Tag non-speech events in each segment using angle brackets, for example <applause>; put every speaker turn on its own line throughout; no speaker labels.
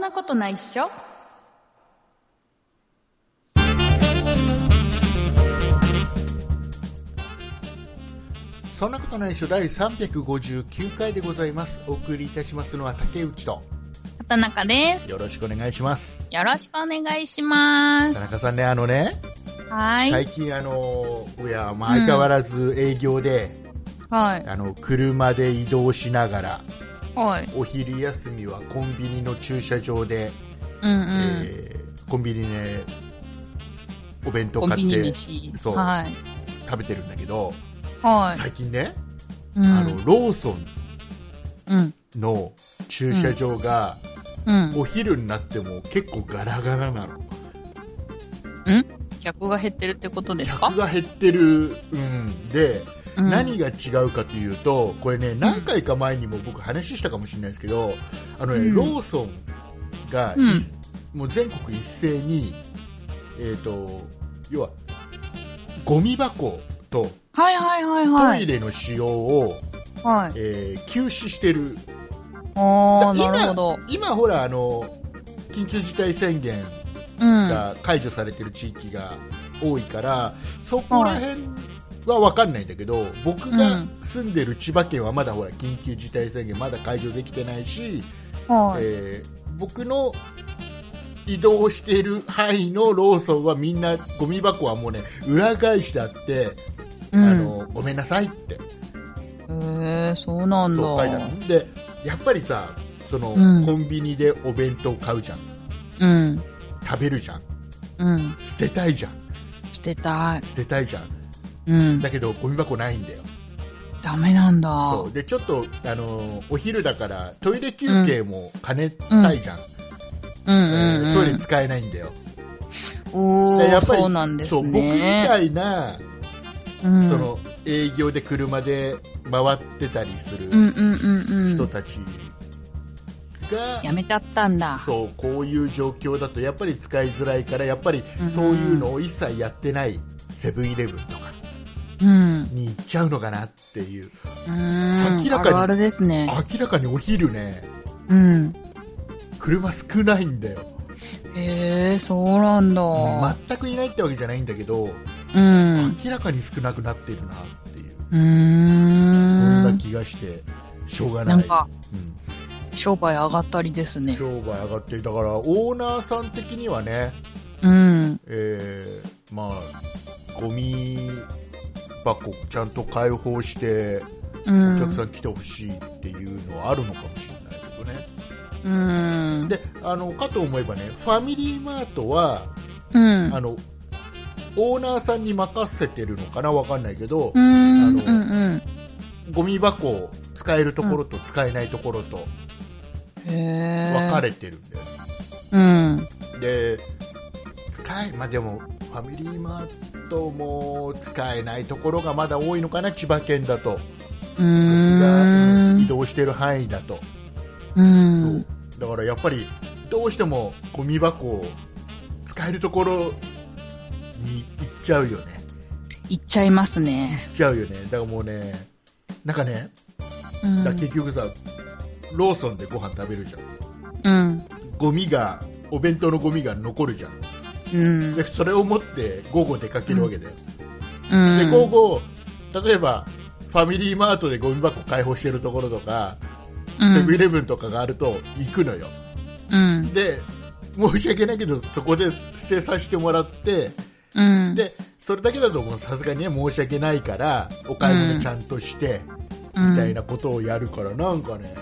なことないっしょ
そんなことないっしょ第359回でございますお送りいたしますのは竹内と
畑中で
よろしくお願いします
す。よろしくお願いします
田。中さんねあのね、
はい。
最近あのいやまあ相変わらず営業で、
はい。
あの車で移動しながら
はい。
お昼休みはコンビニの駐車場で、
うんう
え
ん。
ーコンビニでお弁当
コン
買
ビ
っ
ニ
て
飯。
そう
はい。
食べてるんだけど、
はい。
最近ね、
うん。
あのローソ
うん。
ンの駐車場が、
うん。
お昼になっても結構ガラガラなの
客が減ってるってことですか
客が減ってる、うん、で、
うん
何が違うかというとこれね何回か前にも僕話したかもしれないですけどあのね、
うん
ローソンがい、
うん
もう全国一斉に、えー、と要はゴミ箱と
はいはいはい
ト
は
イ
い。
レの使用を、
はい。
えー休止してる
おー、
だ
なるほど。
今ほらあの緊急事態宣言
うん。
が解除されてる地域が多いから、そこら辺は分かんないんだけど、僕が住んでる千葉県はまだほら緊急事態宣言まだ解除できてないし、
はい。
えー僕の移動している範囲のローソンはみんなゴミ箱はもうね裏返してあって、
う
あ
ん。
のごめんなさいって
へえ、そうなんだ。
そう書いてあるのでやっぱりさその、
うん
コンビニでお弁当買うじゃん
うん。
食べるじゃん
うん。
捨てたいじゃん
捨てたい。
捨てたいじゃん
うん。
だけどゴミ箱ないんだよ
ダメなんだ。
そうでちょっと、あのーお昼だからトイレ休憩も兼ねたいじゃん、
うんうん
えー
う
ト
ん。
イレ使えないんだよ、
お
でや
ー、
っぱり
そうなんですね。
そう僕みたいな、
うん、
その営業で車で回ってたりす
うん
る
うんうんう
人
ん。
たちが、
やめちゃったんだ。
そうこういう状況だとやっぱり使いづらいからやっぱりそういうのを一切やってないセブンイレブンとか
うん。
に行っちゃうのかなっていう
うん。
明ら
あ
かに
るあるですね。
明らかにお昼ね
うん。
車少ないんだよ
へえ、そうなんだ。
全くいないってわけじゃないんだけど、
うん。
明らかに少なくなっているなっていう、
うー。
そんなん気がして、しょうがない。
なんか、
うん
商売上がったりですね。
商売上がってるだからオーナーさん的にはね、
うん。
えーまあ、ゴミ箱ちゃんと開放して
う
お客
ん
さ。ん来てほしいっていうのはあるのかもしれないけどね、
うん。
であのかと思えばねファミリーマートは
うん。
あのオーナーさんに任せてるのかなわかんないけど、
うん。
あ
うん
の
うん。
ゴミ箱を使えるところと使えないところと
へえ。
分かれてるんだよね、
うん。
で使えまあでもファミリーマートも使えないところがまだ多いのかな千葉県だと
う
僕がうん移
ん。
動してる範囲だと、
うん。
だからやっぱりどうしてもゴミ箱を使えるところに行っちゃうよね
いっちゃいますね。
行っちゃうよねだからもうねなんかね
うん
だから。結局さ、ローソンでご飯食べるじゃん
うん。
ゴミがお弁当のゴミが残るじゃん
うん。
でそれを持って午後出かけるわけだよ、
うん
で午後例えばファミリーマートでゴミ箱開放してるところとか、
うん
セブンイレブンとかがあると行くのよ
うん。
で申し訳ないけどそこで捨てさせてもらって
うん。
でそれだけだともうさすがにね申し訳ないからお買い物ちゃんとして、みたいなことをやるからなんかね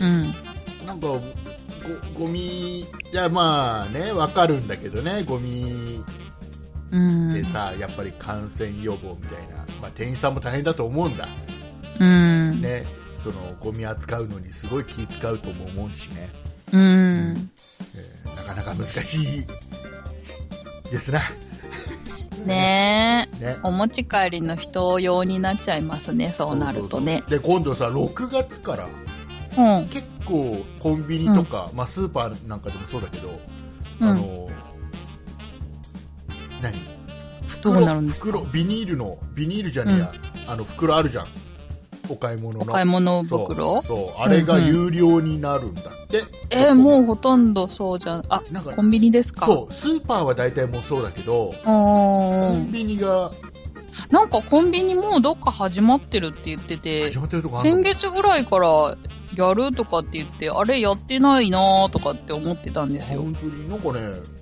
うん。
なんかごゴミいやまあねわかるんだけどねゴミ
うん。
でさ、やっぱり感染予防みたいな、まあ、店員さんも大変だと思うんだ、
うん。
ね、そのゴミ扱うのにすごい気使うとも思うしね、
うん。
えーなかなか難しいですな、
ねえ。
ね、
お持ち帰りの人用になっちゃいますね、 <laughs> そうなるとね。
そうそうそうで今度さ、6月から
うん。
結構コンビニとか、まあ、スーパーなんかでもそうだけど、
うん
あの何
どうなるんですか
袋袋ビニールのビニールじゃねえや、あの袋あるじゃんお買い物の
お買い物袋
そうそうあれが有料になるんだって、
えー、もうほとんどそうじゃん。あ、
なんか
コンビニですか
そうスーパーは大体もうそうだけど、
うー
コ
ん
ン。ビニが
なんかコンビニもうどっか始まってるって言ってて
始、まってるとこある
先
の
月ぐらいからやるとかって言って、あれやってないなーとかって思ってたんですよ。
本当になんかね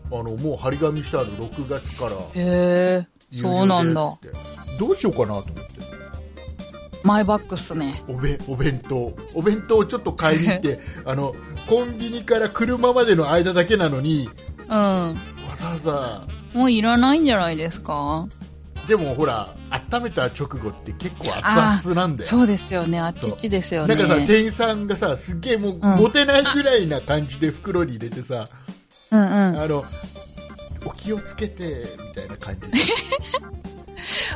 あのもう張り紙してある6月から
へえ、
有
そ
料
うなんだ。
ですってどうしようかなと思って
マイバッグっすね。
おべお弁当お弁当をちょっと買いに行って
<laughs>
あのコンビニから車までの間だけなのに
うん。
わざわざ
もういらないんじゃないですか
でもほら温めた直後って結構熱々なんだよ
そうですよね。あっちっちですよ
な
ね。
んかさ店員さんがさすっげえもう、持てないぐらいな感じで袋に入れてさ
うんうん。
あのお気をつけてみたいな感じで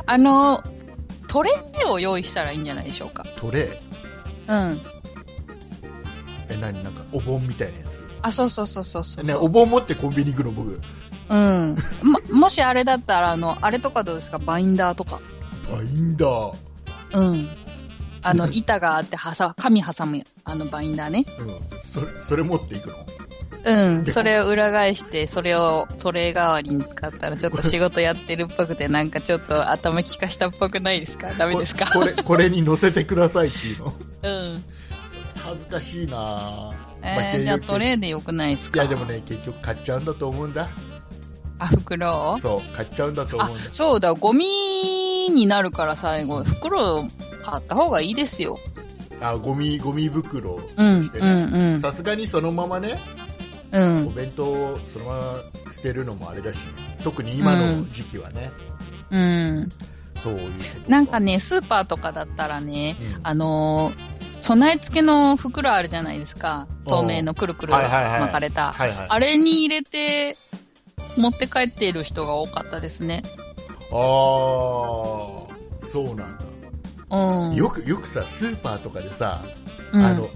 あの、トレイを用意したらいいんじゃないでしょうか。
トレー
うん。
<laughs> え何なんかお盆みたいなやつ
あ、そうそうそうそうそう。
ね、お盆持ってコンビニ行くの僕
うん。 <laughs> ま、もしあれだったら、あの、あれとかどうですかバインダーとか。
バインダー、
うん。あの
う、ん
板があって、はさ、紙挟む、あの、バインダーね。
うん、それそれ持っていくの
うん。それを裏返して、それをトレー代わりに使ったら、ちょっと仕事やってるっぽくて、なんかちょっと頭利かしたっぽくないですかダメですか
ここれこれに乗せてくださいっていうの
<laughs> うん。
恥ずかしいなぁま
えー、じゃあトレーでよくないです
い
か
やでも。ね結局買っちゃうんだと思うんだ
あ、袋を
そう買っちゃうんだと
あ
思うんだ、
そうだ、ゴミになるから最後、袋を買った方がいいですよ。
あゴミゴミ袋
うん、
して
うん、
ね
うん。
さすがにそのままね
う
お
ん、
弁当をそのまま捨てるのもあれだし、ね、特に今の時期はね、
うん。
そういうこと
なんか、ね、スーパーとかだったらね、
うん
あのー備え付けの袋あるじゃないですか。透明のくるくる
はいはいはい
巻かれた。
はいはい、あ
あれに入れて、持って帰っている人が多かったですね。
あーそうなんだ
うん。
よくよくさスーパーとかでさ、
うん、
あの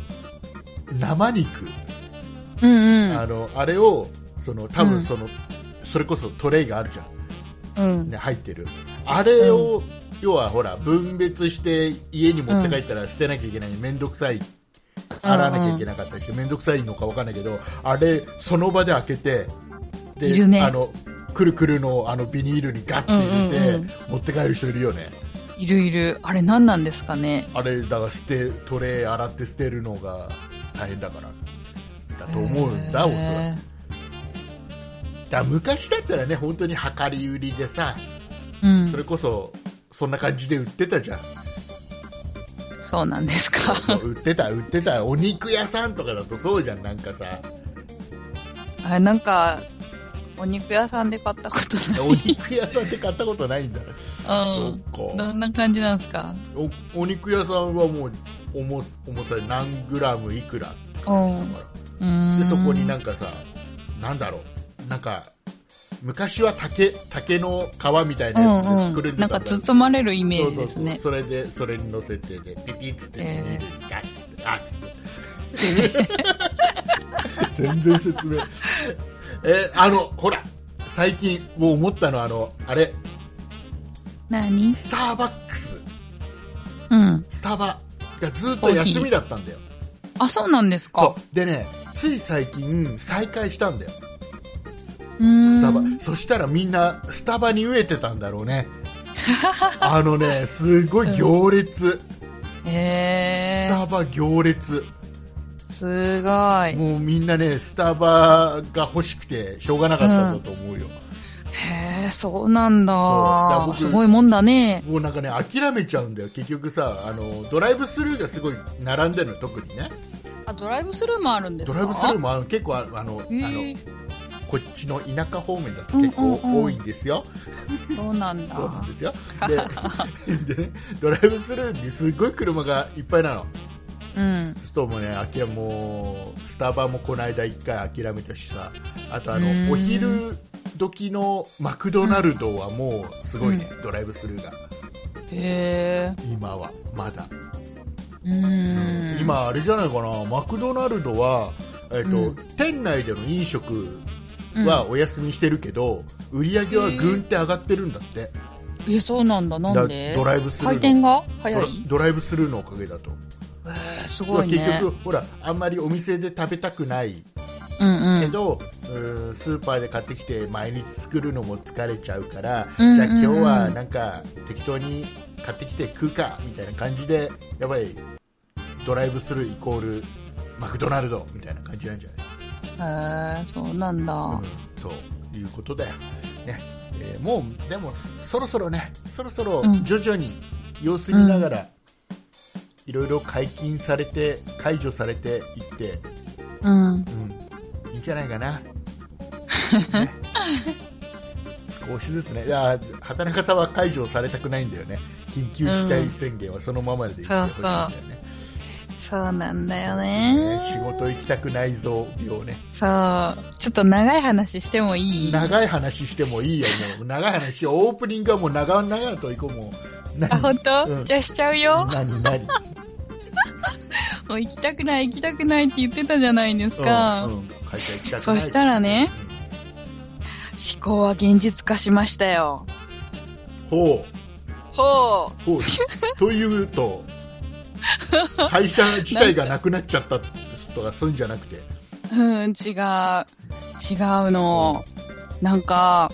生肉、
うんうん
あのあれをその多
うん
分その、それこそトレイがあるじゃ
うん
ん、。ね、入ってるあれを、要はほら分別して家に持って帰ったら捨てなきゃいけない面倒くさい洗わなきゃいけなかったりして面倒くさいのかわかんないけどあれその場で開けて
いるね
あのくるくるのあのビニールにガッて入れて、
うんうん
持って帰る人いるよね
いるいる。あれ何なんですかね。
あれだから捨てトレイ洗って捨てるのが大変だからだと思うんだおそらく。
へ
だから昔だったらね本当に量り売りでさ
ーうん
そ。れこそそんな感じで売ってたじ
<laughs>
ゃん
そうなんですか。
売ってた売ってたお肉屋さんとかだとそうじゃんなんかさ
あれなんか、お肉屋さんで買ったこと
お肉屋さんって買ったことないんだ、
ない。 <laughs> うん。
そっ
ど
か
んな感じなんですか
おお肉屋さんはもう重重さ何グラムいくらだ
う
か
ん。
ら
う
でそこになんんかさなんだろうなんか昔は竹竹の皮みたいなやつ
う
で
ん
作
う
る
ん。
だ
なん
った
か
ら
包まれるイメージですね。
そうそうそうそれでそれに乗せてでピピッつってビ
えー
ニールにガッつって、あっつっ
<laughs>
て全然説明えあのほら最近もう思ったのはあのあれ
何
スターバックス
うん。
スタバがずっと休みだったんだよ
あ、そうなんですか
そ。うでねつい最近再開したんだよ
うーん。
スタバそしたらみんなスタバに飢えてたんだろ
<laughs>
うねあのねすごい行列、ス
へ
タバ行列
ー。すごい。
もうみんなね、スタバが欲しくて、しょうがなかったんだと思うよ。
へー、そうなん
そういや
だ。
僕
すごいもんだね。
もうなんかね、諦めちゃうんだよ。結局さ、あの、ドライブスルーがすごい並んでるの、特にね。
あ、ドライブスルーもあるんです
ド
か
ライブスルーもあの結構あ、あの、あ
へ
の、
ー
こっちの田舎方面だと結構
うんうんうん
多いんですよ。
そうなんだ。
そうなんですよ。
<laughs>
で、でね、ドライブスルーにすごい車がいっぱいなの。
うん。
ストもね、あきらもう、スタバもこの間一回諦めたしさ、あとあ
うーん
の、お昼時のマクドナルドはもうすごいね、ドライブスルーが、
へ
今は、まだ。
ー。うーん。。
今、あれじゃないかな、マクドナルドは、えっ、
う
と、
ん
店内での飲食はお休みしてるけど、売り上げはぐんって上がってるんだって。
へえ、そうなんだ。なんで
だドライブスルーの
回転が早
ドラ
い
ドライブスルーのおかげだと、
えー、すごいね。
結局ほらあんまりお店で食べたくない
うんう
け
ん。
ど、うーんスーパーで買ってきて毎日作るのも疲れちゃうから、
うんうんうん
じゃあ今日はなんか適当に買ってきて食うかみたいな感じでやっぱりドライブスルーイコールマクドナルドみたいな感じなんじゃない
えー、そうなんだ。
うんそういうことだよ、ねえーもうでもそろそろねそろそろ
うん
徐々に様子見ながら、いろいろ解禁されて解除されていって、
うん。
うん、いいんじゃない
<laughs>
かな、ね少しずつねいや畑中さんは解除されたくないんだよね緊急事態宣言はそのままでいってほしいんだよね,、
そうなんだよ
ね
ね。
仕事行きたくないぞ病ね
そう。ちょっと長い話してもいい
長い話してもいいよ、もう長い話、オープニングはもう長々と行こう、もう。何
あ、本当、
うん
じゃあしちゃうよ。
何何
もう行きたくない、行きたくないって言ってたじゃないですか。
うんうん、会社行きたくない
そしたらね、思考は現実化しましたよ。
うんほ
ほ
う、ほう。というと、会社自体がなくなっちゃったとか、そういうんじゃなくて、
う。うん、違う。違うの。なんか、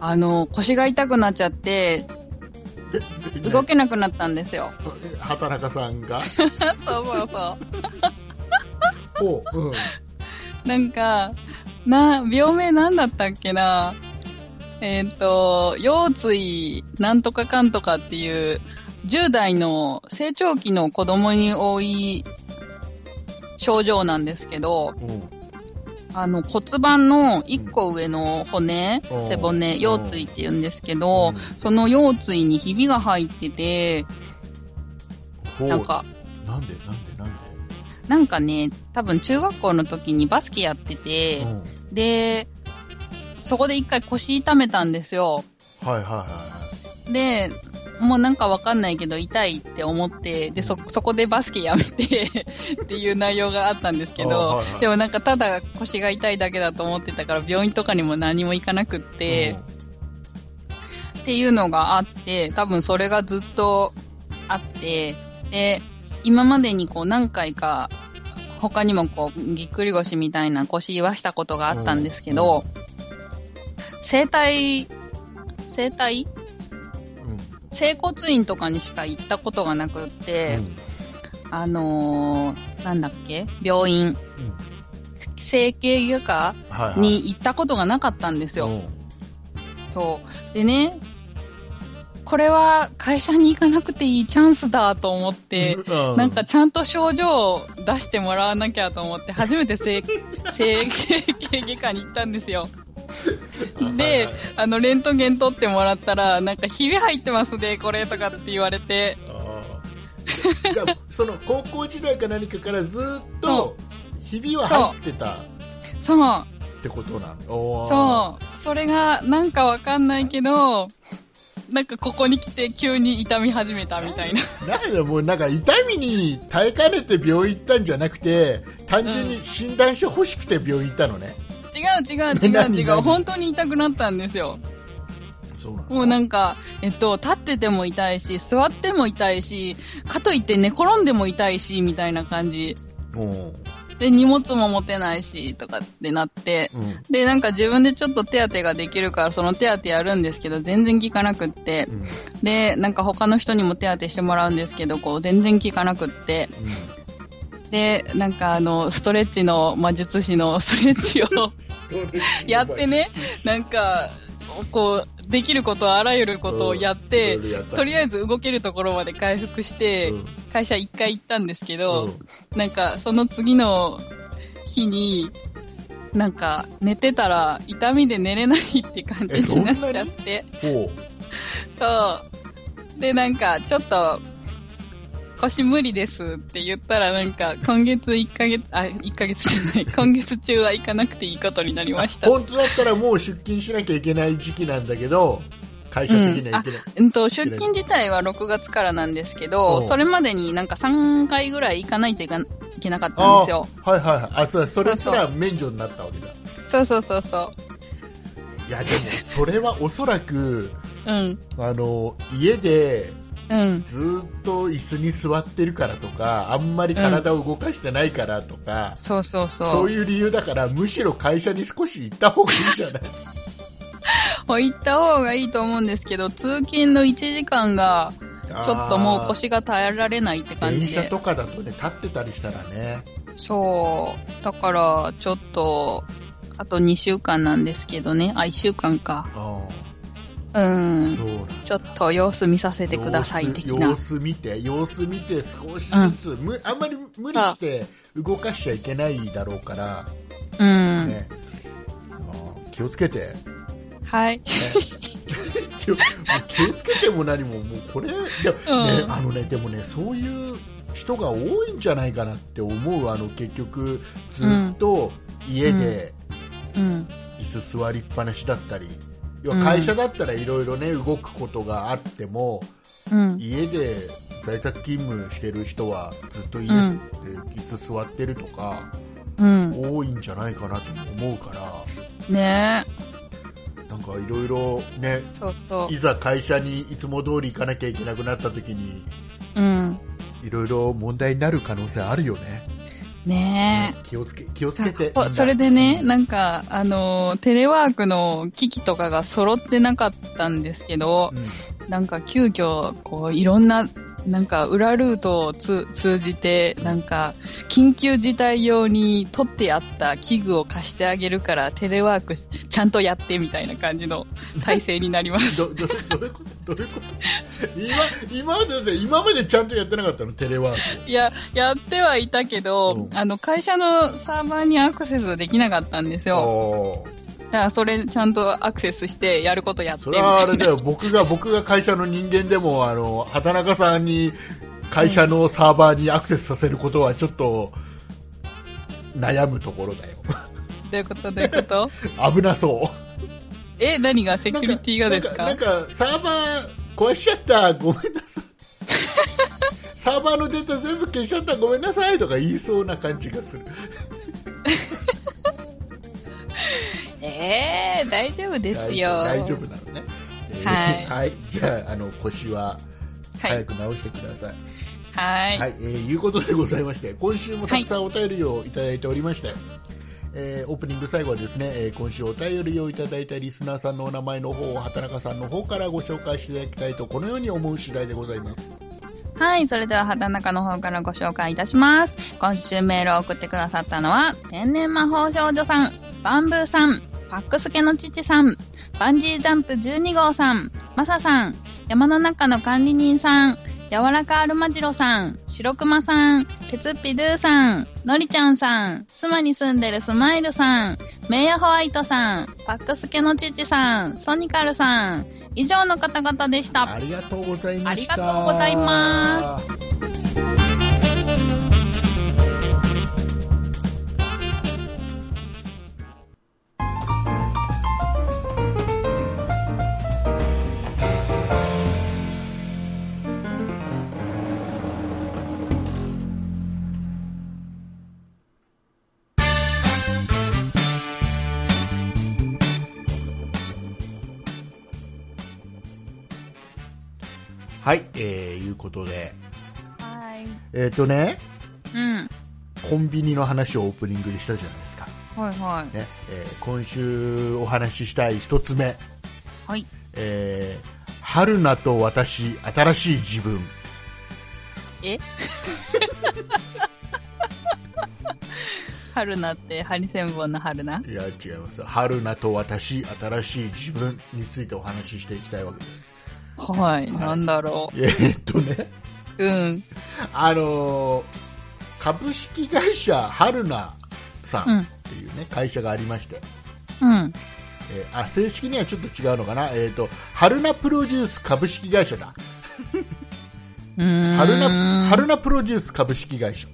あの、腰が痛くなっちゃって、動けなくなったんですよ。
ね畑中さん
<laughs>
が、
そうそうそ
ほう、うん、
う。なんか、な、病名なんだったっけな。えっ、と、腰椎なんとかかんとかっていう、10代の成長期の子供に多い症状なんですけど、
うん、
あの骨盤の1個上の骨、
うん
背
う
骨、
ん
腰椎って言うんですけど、
う
その腰椎にひびが入ってて、
ほう、
なんか、
なんで、なんで、なん
なんかね、多分中学校の時にバスケやって
で、
て
う、ん、
で、そこで一回腰痛めたんですよ。
はいはいは
で、もうなんかわかんないけど痛いって思って、で、そ、そこでバスケやめて <laughs> っていう内容があったんですけ
あ
ど、
はいはい
でもなんかただ腰が痛いだけだと思ってたから病院とかにも何も行かなくっ
い。
て、っていうのがあって、多分それがずっとあって、で、今までにこう何回か、他にもこう、ぎっくり腰みたいな腰言わしたことがあったんですけど、整体、整体
うん、うん
整骨院とかにしか行ったことがなくって、あのー、なんだっけ病院、
うんうん
整形外科
はいはい
に行ったことがなかったんですよ。
う
そう。でね、これは会社に行かなくていいチャンスだと思って、
う
なんかちゃんと症状を出してもらわなきゃと思って、初めて
<laughs>
整整形外科に行ったんですよ。で、あの、レントゲン取ってもらったら、なんかひび入ってますね、これとかって言われて、
あーじゃあその高校時代か何かからずっとひびは入ってたっ
そう、
てことなんだおー
そう、それがなんかわかんないけど、なんかここに来て急に痛み始めたみたいな。
<laughs> なんだもうなんか痛みに耐えかねて病院行ったんじゃなくて単純に診断書欲しくて病院行ったのね、
違う違う違う
何
違う、
何
本当に痛くなったんですよ。
そうなの
もうなんか、えっと、立ってても痛いし、座っても痛いし、かといって寝転んでも痛いし、みたいな感じ。
うん
で、荷物も持てないし、とかってなって。
うん
で、なんか自分でちょっと手当てができるから、その手当てやるんですけど、全然効かなくって
う。ん
で、なんか他の人にも手当てしてもらうんですけど、こう、全然効かなくって。で、なんかあの、ストレッチの魔術師の <laughs> ストレッ
<laughs>
チを
うん
やってね、なんか、こう、できること、あらゆることをやって、
うんいろいろやった
とりあえず動けるところまで回復して、
うん
会社一回行ったんですけ
う
ど
ん、
なんかその次の日に、なんか寝てたら痛みで寝れないって感じ
えそん
にな
な
っ
に
ちゃって、
ほ
そう。で、なんかちょっと、腰無理ですって言ったらなんか今月1ヶ月、あ、1ヶ月じゃない、 <laughs> 今月中は行かなくていいことになりまし
う
た。
本当だったらもう出勤しなきゃいけない時期なんだけど会社的にはいけない、
うんと、出勤自体は6月からなんですけど、
うん
それまでになんか3回ぐらい行かないといかいけなかったん
あ
ですよ。
あはいはいはいあそうそれすら免除になったわけだ
そうそうそうそう。
いやでもそれはおそらく
うん。
あの家で
うん。
ずっと椅子に座ってるからとかあんまり体を動かしてないからとか、
そうそうそう。
そういう理由だからむしろ会社に少し行った方がいいんじ
<laughs>
ゃない
もう行った方がいいと思うんですけど、通勤の1時間が、
ち
ちょっともう腰が耐えられないって感
電
じ
車
で。
とかだとね立ってたりしたらね
そう。だから、ちょっと、あと2週間なんですけどね。あ、1週間か。
あ
うん。
そうなん
ちょっと様子見させてください的な
様。子様子見て様子見て少しずつ、むあんまり無理して動かしちゃいけないだろうから、
うん。
ねあー気をつけて、ね、
はい。
気をもう気をつけても何ももうこれでも、ね
うん
あのねでもねそういう人が多いんじゃないかなって思うあの結局ずっと家で
うん。
椅子座りっぱなしだったり、要は会社だったらいろいろね動くことがあっても、
うん。
家で在宅勤務してる人はずっと家で
うん
椅子座ってるとか
うん。
多いんじゃないかなと思うから
ね
なんかいろいろね
え。そうそ
いざ会社にいつも通り行かなきゃいけなくなった時に
う。うん。
いろいろ問題になる可能性あるよね
ねえ。
気をつけ気をつけて
あそれでね、
な
なんか、あのーテレワークの機器とかが揃ってなかったんですけど、なんか急遽、こう、いろんな、なんか、裏ルートをつ通じて、なんか、緊急事態用に取ってあった器具を貸してあげるから、テレワークしちゃんとやってみたいな感じ
<laughs>
の体制になります。
どどどういうことどういうこと今今までで今までちゃんとやってなかったのテレワーク
いや、やってはいたけど、
うん
あの、会社のサーバーにアクセスできなかったんですよ。
おー
だから、それちゃんとアクセスして、やることやって
そ
み
れ
たい
はあ
な
れ。だよ、僕が、僕が会社の人間でも、あの、畑中さんに、会社のサーバーにアクセスさせることは、ちょっと、悩むところだよ。
どういうことどういうこと
<laughs> 危なそう。
え、何がセキュリティがですか
なんか、なんかサーバー壊しちゃった、ごめんな
<laughs>
さい。サーバーのデータ全部消しちゃった、ごめんなさいとか言いそうな感じがする。
えー、大丈夫ですよ。
大丈夫大丈夫なのね。えー
はい
はい。じゃあ、あの、腰は、
は
早
い。
く直してください。
はい。
はい、えーいうことでございまして、今週もたくさんお便りをいただいておりまして、えーオープニング最後はですね、えー今週お便りをいただいたリスナーさんのお名前の方を畑中さんの方からご紹介していただきたいと、このように思う次第でございます。
はい。それでは、畑中の方からご紹介いたします。今週メールを送ってくださったのは、天然魔法少女さん、バンブーさん、パックスケの父さん、バンジージャンプ12号さん、マサさん、山の中の管理人さん、柔らかアルマジロさん、白熊さん、鉄ピドゥさん、のりちゃんさん、妻に住んでるスマイルさん、メイヤホワイトさん、パックスケの父さん、ソニカルさん、以上の方々でした。
ありがとうございました。。
ありがとうございます
はい、えー、いうことで、
はい。
えっ、とね、
うん。
コンビニの話をオープニングでしたじゃないですか。
はいはい。
ね、えー今週お話ししたい一つ目、
はい。
えー、春菜と私、新しい自分。
え <laughs> 春菜って、ハリセンボンの春菜
いや違います春菜と私新しい自分についてお話ししていきたいわけです
はい。なんだろ
えーっとね
う。うん。
あのー株式会社春菜さ
うん
んっていうね、会社がありまして、
うん。
えーあ正式にはちょっと違うのかな、えー、と春菜プロデュース株式会社だ
うーん。
春菜春菜プロデュース株式会社、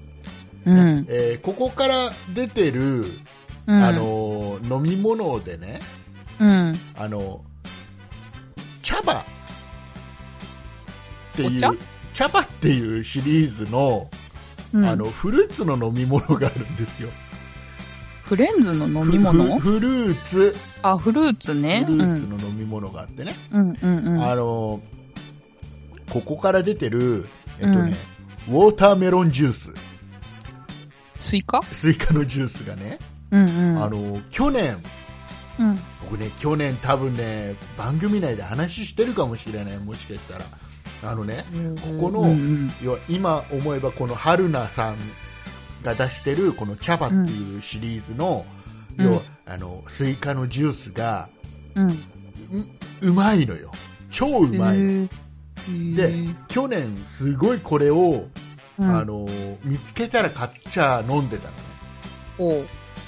うん。
えーここから出てる、
うん。
あ、のー飲み物でね
うん。
あの茶葉ってい
お
う
茶
茶葉っていうシリーズの,、
うん。
あのフルーツの飲み物があるんですよ。
フレンズの飲み
ふ
物
フルーツ
あ、フルーツ
フル
ね。う
ーツ
ん。
の飲み物があってね、
うんうんうん。
あのここから出てる、えっとねウォーターメロンジュース
スイカ
スイカのジュースがね、
うんうん。
あの去年
うん。
僕ね去年多分ね番組内で話してるかもしれないもしかしたらあのねここの
うんうん
要は今思えばこの春菜さんが出してるこの茶葉っていうシリーズの、
うん
要はあのスイカのジュースが
うん。
ううまいのよ超う
う
まいの、で
で、
去年すごいこれを、
うん
あの見つけたら買っちゃ飲んでたのね
おう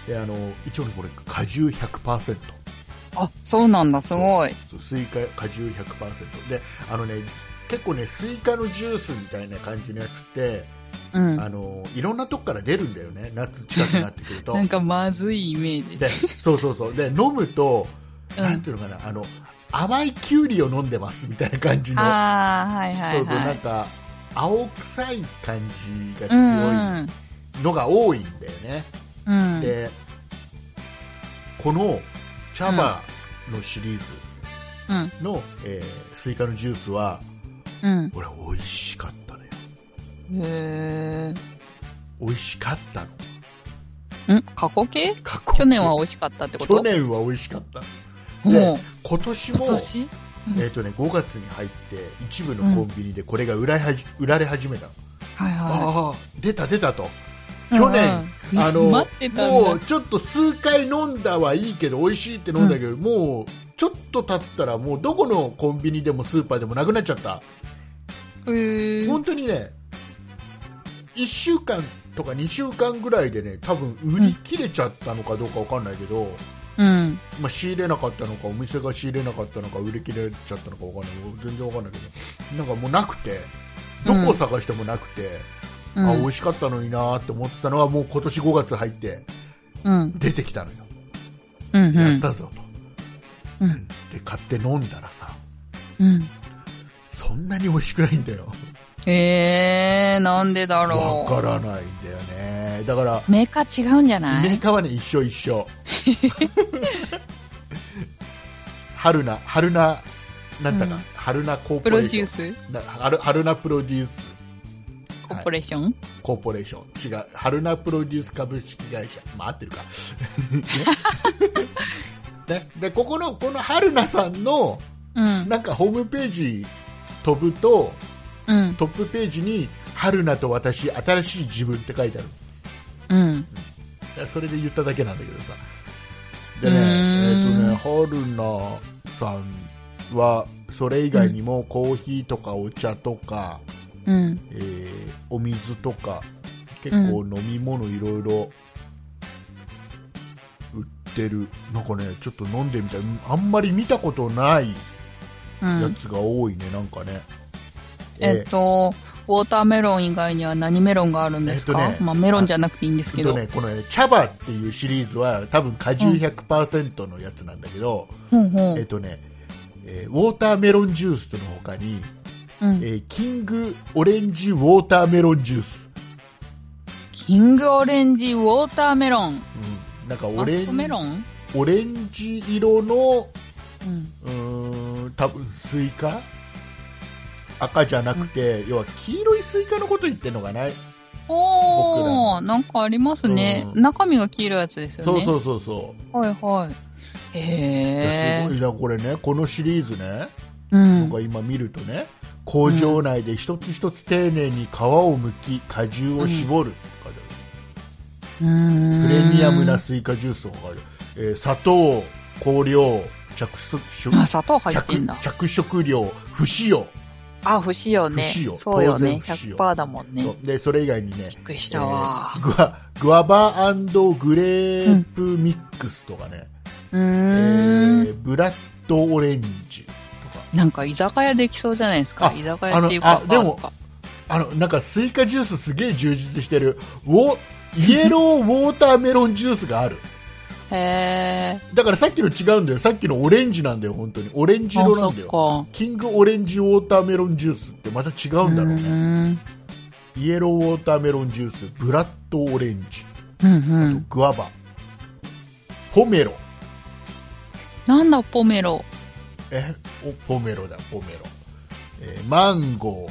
であの一応ねこれ果汁100%
あ、そうなんだ、すごい。
そうスイカ果汁100%であのね結構ねスイカのジュースみたいな感じのやつって、
うん。
あのいろんなとこから出るんだよね夏近くなってくる
<laughs>
と
なんかまずいイメージ。
でそうそうそうで飲むと、
うん
なんていうのかなあの甘いキュウリを飲んでますみたいな感じの、
ああ、はいは
そ
いう
そう
は
なん
い。
か青臭い感じが
う
強
んうん。
いのが多いんだよね、
うん。
でこの茶葉のシリー
うん。
ズの、えースイカのジュースは
うん。
俺美味しかったね
へ
美味しかったの
え。ん過去形
過去
去年は美味しかったってこと
去年は美味しかった
もう、
今年も
今年
えーとね、5月に入って一部のコンビニでこれが売られはじ売られ始めた、
はいは
ああ出た出たと
うん
去年、
うん
あの
待ってたんだ
もうちょっと数回飲んだはいいけど美味しいって飲んだけど、もうちょっと経ったらもうどこのコンビニでもスーパーでもなくなっちゃった、
い。へえ。
本当にね1週間とか2週間ぐらいでね多分売り切れちゃったのかどうかわかんないけど、
うん。
まあ、仕入れなかったのかお店が仕入れなかったのか売り切れちゃったのかわかんない全然わかんないけどなんかもうなくてどこを探してもなくて、
うん
あ美味しかったのになーって思ってたのはもう今年5月入って
うん。
出てきたのよ、
うん。う
やっ
ん。
たぞと、
うん。
で買って飲んだらさ
うん。
そんなに美味しくないんだよ
へえ、なんでだろ
わ
う。
からないんだよねだから
メーカー違うんじゃない
メーカーはね一緒
<laughs>
一緒春菜春菜なんだか、
うん
春菜コー
プ
ポレ
ロデ
ーシ
ュ
ョン
ース
な春春菜プロデュース
コーポレーション、
コーポレーション違う春菜プロデュース株式会社、まあ、合って
<laughs>
るかねねでここのこの春菜さんの
うん。
なんかホームページ飛ぶと
うん。
トップページに「春菜と私新しい自分」って書いてある
うん。
いやそれで言っただけなんだけどさで
う
ね
ー
えっ、
ん
とね春菜さんはそれ以外にもコーヒーとかお茶とか、
うん。
えーお水とか結構飲み物いろいろ売ってる、なんかねちょっと飲んでみたいうんあんまり見たことない
うん
やつが多いね、なんかね
えっと、ウォーターメロン以外には何メロンがあるんですか、
えっとね
まあメロンじゃなくていいんです
え
け
っ
ど。
とね、このね茶葉っていうシリーズは多分果汁100%のやつなんだけど、
ほうほ
えっ
う。
とね、えーウォーターメロンジュースの他に、
うん
え。ーキングオレンジウォーターメロンジュース、
キングオレンジウォーターメロン。
うん、なんかオ
マ
レ
スクメ
ン
ロン
オレンジ色の
うん。
うーん多分スイカ赤じゃなくて、要は黄色いスイカのこと言ってるのがない、僕ら
お
の
ー、なんかありますね。
うん
中身が黄色いやつですよね。
そうそうそうそ
はいはい。
う、いや
へ
すご
ー。
いなこれねこのシリーズね、
う
なん
ん。
か今見るとね工場内で一つ一つ丁寧に皮を剥き果汁を絞る、プ
プ
レミアムな。スイカジュースをある、えー砂糖、香料、着色
あ、砂糖入ってん
着
だ。
着色料、不使用、
あ、不使用ね。
不使用
そうよね。
当然不使用
100%だもんね。びっ
そうでそれ以外にね、
くりし
え
たわ
ー。グアグアバグレープミックスとかね、
うー
え
ん。
ーブラッドオレンジとか
なんか居酒屋できそうじゃないですか。
あ
居酒屋っていうか
あ、
バ
のあ
ーと
で
か。
あのなんかスイカジュースすげえ充実してるウォイエ
<laughs>
ローウォーターメロンジュースがある
へー。
だからさっきの違うんだよさっきのオレンジなんだよ本当にオレンジ色なんだよ
あそっか
キングオレンジウォーターメロンジュースってまた違うんだろ
う
うね、
ん
イエローウォーターメロンジュースブラッドオレンジ
うんうん。
グアバ、ポメロ。
なんだ、ポメロ。
え、おポメロだ、ポメロ。えーマンゴ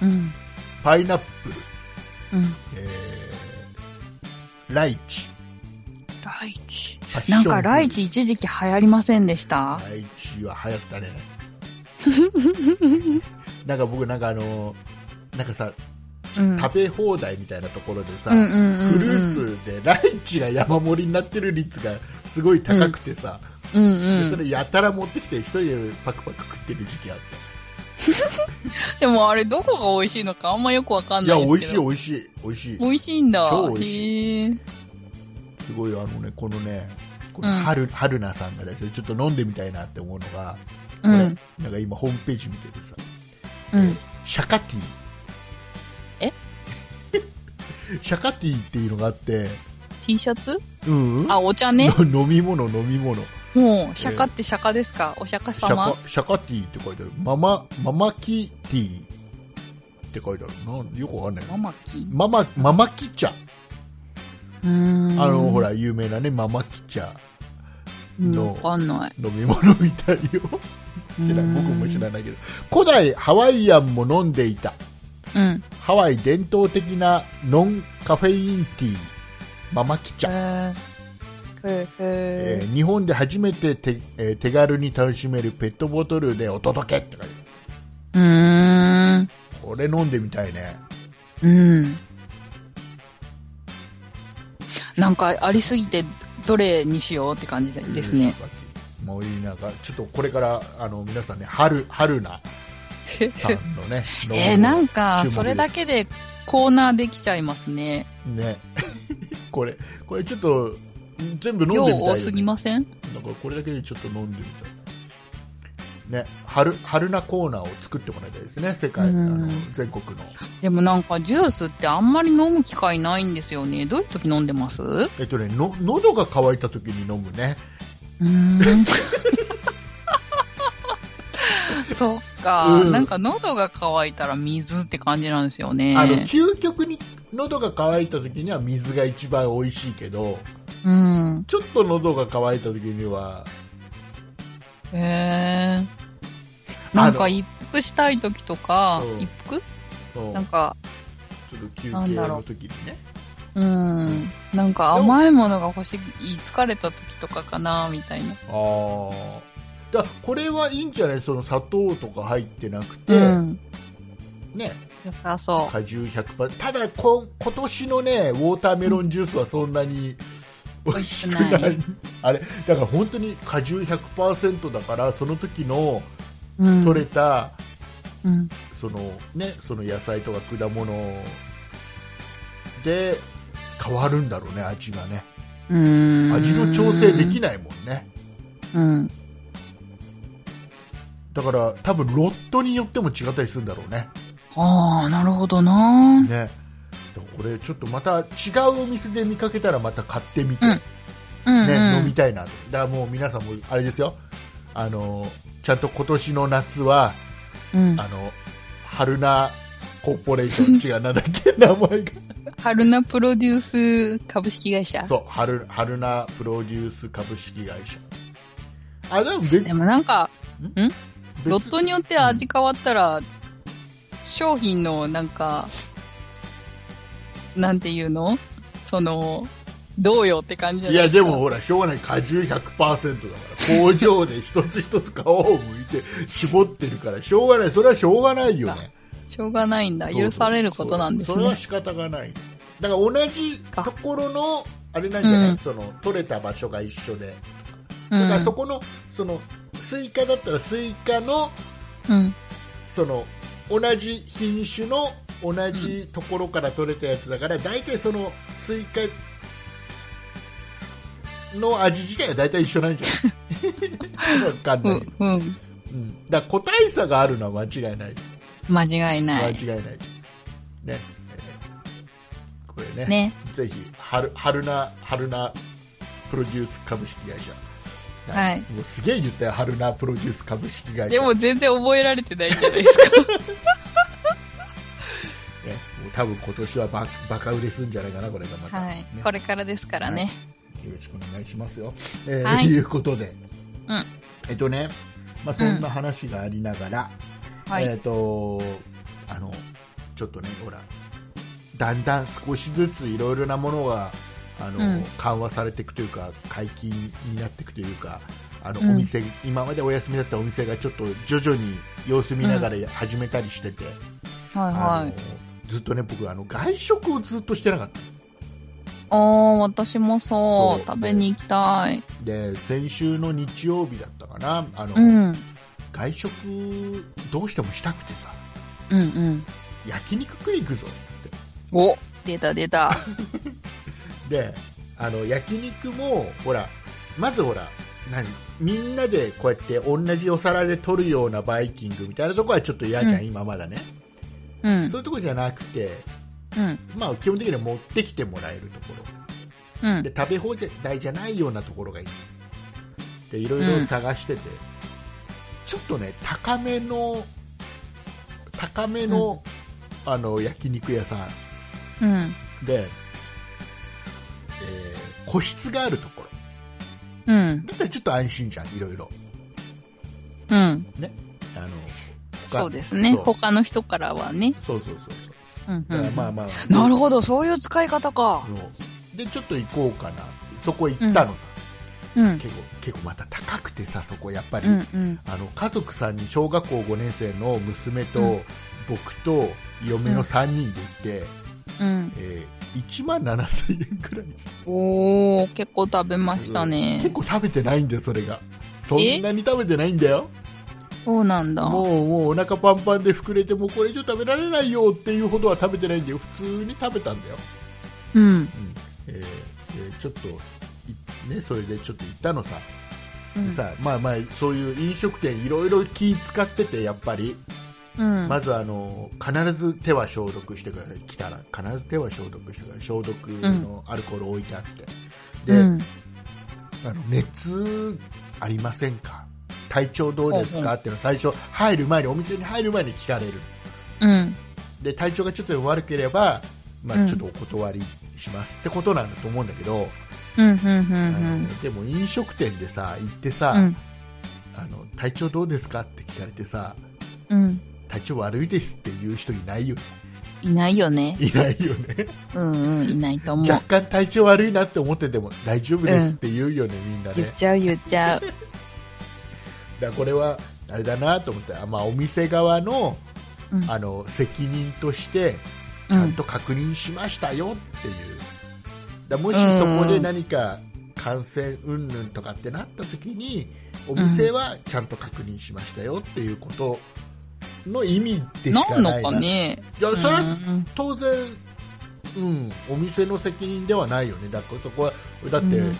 ー、
うん。
パイナップル、
うん。
えーライチ。
ライチ。
パッショ
な
ン
ん
フルー
か
ツ
ライチ一時期流行りませんでした
ライチは流行ったね。なんか僕なんかあのなんかさ、
うん。
食べ放題みたいなところでさ、
うんうんうんうん
フルーツでライチが山盛りになってる率がすごい高くてさ、
うんう
でそ
ん。
れやたら持ってきて一人でパクパク食ってる時期あっ
でもあれどこが美味しいのかあんまよくわか
た
ん
い
ないで
や
す
美味し
け
い
ど。
美味しい美味しい
美味しいんだ。
超美味し
へー
すごいあのねこのねこ
う
の
ん
春,、春菜さんがですねちょっと飲んでみたいなって思うのが、
う
これ
ん。
なんか今ホームページ見ててさ、
うん。
シャカティ
え
<laughs> シャカティっていうのがあって、
T シャツ
うん
あ、お茶ね。
の <laughs> 飲み物飲み物シ
もう、釈迦って釈迦ですかお釈迦
ャ
様
カシャカティって書いてあるママママキティって書いてあるなんよくわかんない
ママキう
ママママキ茶
ーん。
あのほら有名なねママキ茶
うん。
の
わかんない。
飲み物みたいよ知らん僕も知らないけど古代ハワイアンも飲んでいた
うん。
ハワイ伝統的なノンカフェインティーママキ茶
へーへー
え
へ
ー日本で初めてて、えー手軽に楽しめるペットボトルでお届けって書いてあ
ーうーん。
るこれ飲んでみたいね
うん。なんかありすぎて、どれにしようって感じでですね。
うんもういいなんかちょっとこれからあの皆さんね春春菜
<laughs>
さんのね
えー、なんか
注目で、す
それだけでコーナーできちゃいますね。
ねこれこれちょっと全部飲ん
量
でみたいよ、
多
ね、
すぎません
なんかこれだけでちょっと飲んでみたいね春春菜コーナーを作ってもらいたいですね世界、
うん
あの全国の
でもなんかジュースってあんまり飲む機会ないんですよね。どういう時飲んでますう
えっとねの喉が渇いた時に飲むね
ーん。 <laughs> そっか、
うん
なんか喉が渇いたら水って感じなんですよね。
あの究極に喉が渇いた時には水が一番美味しいけど
うん。
ちょっと喉が渇いた時には
へえ。なんか
あの
一服したい時とか
う、ん
一服
うん
なんか、
ちょっと休
なん
憩
だろ
の
う
時にね
うん。なんか甘いものが欲しい、疲れた時とかかな、みたいな。
ああだこれはいいんじゃないその砂糖とか入ってなくて、
うん。
ね
良さそ
果汁100%ただこ今年のねウォーターメロンジュースはそんなに美味しくない
美味しくない
あれだから本当に果汁100%だからその時の
う。うん。
取れた、
うん。
そのね、その野菜とか果物で変わるんだろうね、味がね。
うーん。
味の調整できないもんね。
うん。
だから多分ロットによっても違ったりするんだろうね。
ああ、なるほどな。
ね。だからこれちょっとまた違うお店で見かけたらまた買ってみて、
うん
ね、
うん、うん。
飲みたいなと。だからもう皆さんもあれですよ。あの、ちゃんと今年の夏は、
うん。
あの、春菜コーポレーシ
<laughs>
ョン、違う、なんだっけ、名前が。
春菜プロデュース株式会社。
そう、春、春菜プロデュース株式会社。あ、でも別、
でもなんか、
別
ロットによって味変わったら、商品のなんか、なんていうのその、どうよって感じじゃ
い
ない
や、
ですか。
でもほら、しょうがない。果汁100%だから。工場で一つ一つ皮を剥いて、絞ってるから、しょうがない。それはしょうがないよね。
しょうがないんだ。許されることなんです
そうそ
ね
う。それは仕方がない。だから同じところの、あれなんじゃない、
うん
その、取れた場所が一緒で。
う
だから
ん
そこの、その、スイカだったらスイカの、
うん。
その同じ品種の同じところから取れたやつだから、大体そのスイカの味自体は大体一緒なんじゃ
<laughs>
ないわかん
う
ない、
ん。うん。
うん、だから個体差があるのは間違いない、
間違いな
間
い。
違いないね、えーこれね
ね。
ぜひ春春菜春菜プロデュース株式会社
はい
もうすげえ言ったよ春菜プロデュース株式会社
でも全然覚えられてないじゃないですか。
ね、もう多分今年はババカ売れするんじゃないかな、これがまた、
はい。これからですからね。
よろしくお願いしますよ。えー、
はいいう
ことで、
うん
えっとね、まあ、そんな話がありながら、
はい。
えっ、とあのちょっとねほらだんだん少しずついろいろなものがあの、
うん
緩和されていくというか解禁になっていくというかあの、
うん
お店今までお休みだったお店がちょっと徐々に様子見ながら始めたりしてて、
はい
あ
は
の
い。
ずっとね僕あの外食をずっとしてなかった
ああ、私もそう
そう
食べに行きたい。
で先週の日曜日だったかなあの、
うん。うん
外食どうしてもしたくてさ
うん。
焼肉食い行くぞって
お出た出
<laughs>
た。
であの焼肉もほらまずほら何みんなでこうやって同じお皿で取るようなバイキングみたいなところはちょっと嫌じゃん、
うん
今まだね、
うん
そう。いうとこじゃなくて、
うん。
まあ、基本的には持ってきてもらえるとこ
う
ろ
ん。
で食べ放題じゃないようなところがいいでいろいろ探してて、ちょっとね高めの高めの,、あの焼肉屋さん
うん。
で、えー個室があるところ
うん。
だったらちょっと安心じゃん、いろいろ。
うん。
あの
そうですね。
そう
他の人からはね。
そうそうそう
うん
そうう、だから
ん。
まあまあ、
なるほど、そういう使い方か。
そうで、ちょっと行こうかな、そこ行ったのさ、
うん。
結構、結構また高くてさ、そこやっぱり、
うんうん。
あの家族さんに小学校5年生の娘と、
うん
僕と嫁の3人で行って、
うん。
え1万7000円くらい、
おー、結構食べましたね。
結構食べてないんだよ、それが。そんなに食べてないんだよ。
そうなんだ。
もうもうお腹パンパンで膨れてもうこれ以上食べられないよっていうほどは食べてないんだよ普通に食べたんだよ、
うん。
えーえーちょっといねそれでちょっと行ったのさ,、
うん
さまあまあそういう飲食店いろいろ気使っててやっぱり、
うん。
まずあの必ず手は消毒してください来たら必ず手は消毒してください消毒のアルコール置いてあって、で、
うん
あの熱ありませんか体調どうです
うんう
かっていうの最初入る前にお店に入る前に聞かれる
うん。
で体調がちょっと悪ければ、ま
う
あ、
ん
ちょっとお断りしますってことなんだと思うんだけど、
うん。うん。う
あの
ん。
でも飲食店でさ行ってさ、
うん。
あの体調どうですかって聞かれてさ
うん。
体調悪いですって言う人いないよね
いないよね。
いないよね
うんうん、いないと思う。
若干体調悪いなって思ってても大丈夫ですって言うよね、みんなね
言っちゃう言っちゃう。
だからこれはあれだなと思って、まあ、お店側の
うん
あの責任としてち
う
ゃん
ん。
と確認しましたよっていう、だもしそこで何か感染云々とかってなった時にお店はちゃんと確認しましたよっていうことの意味でし
な
か
ん
な
の
い
かね。
いやそれ
う
は
ん
当然、うん、お店の責任ではないよねだからそこはだって、
うん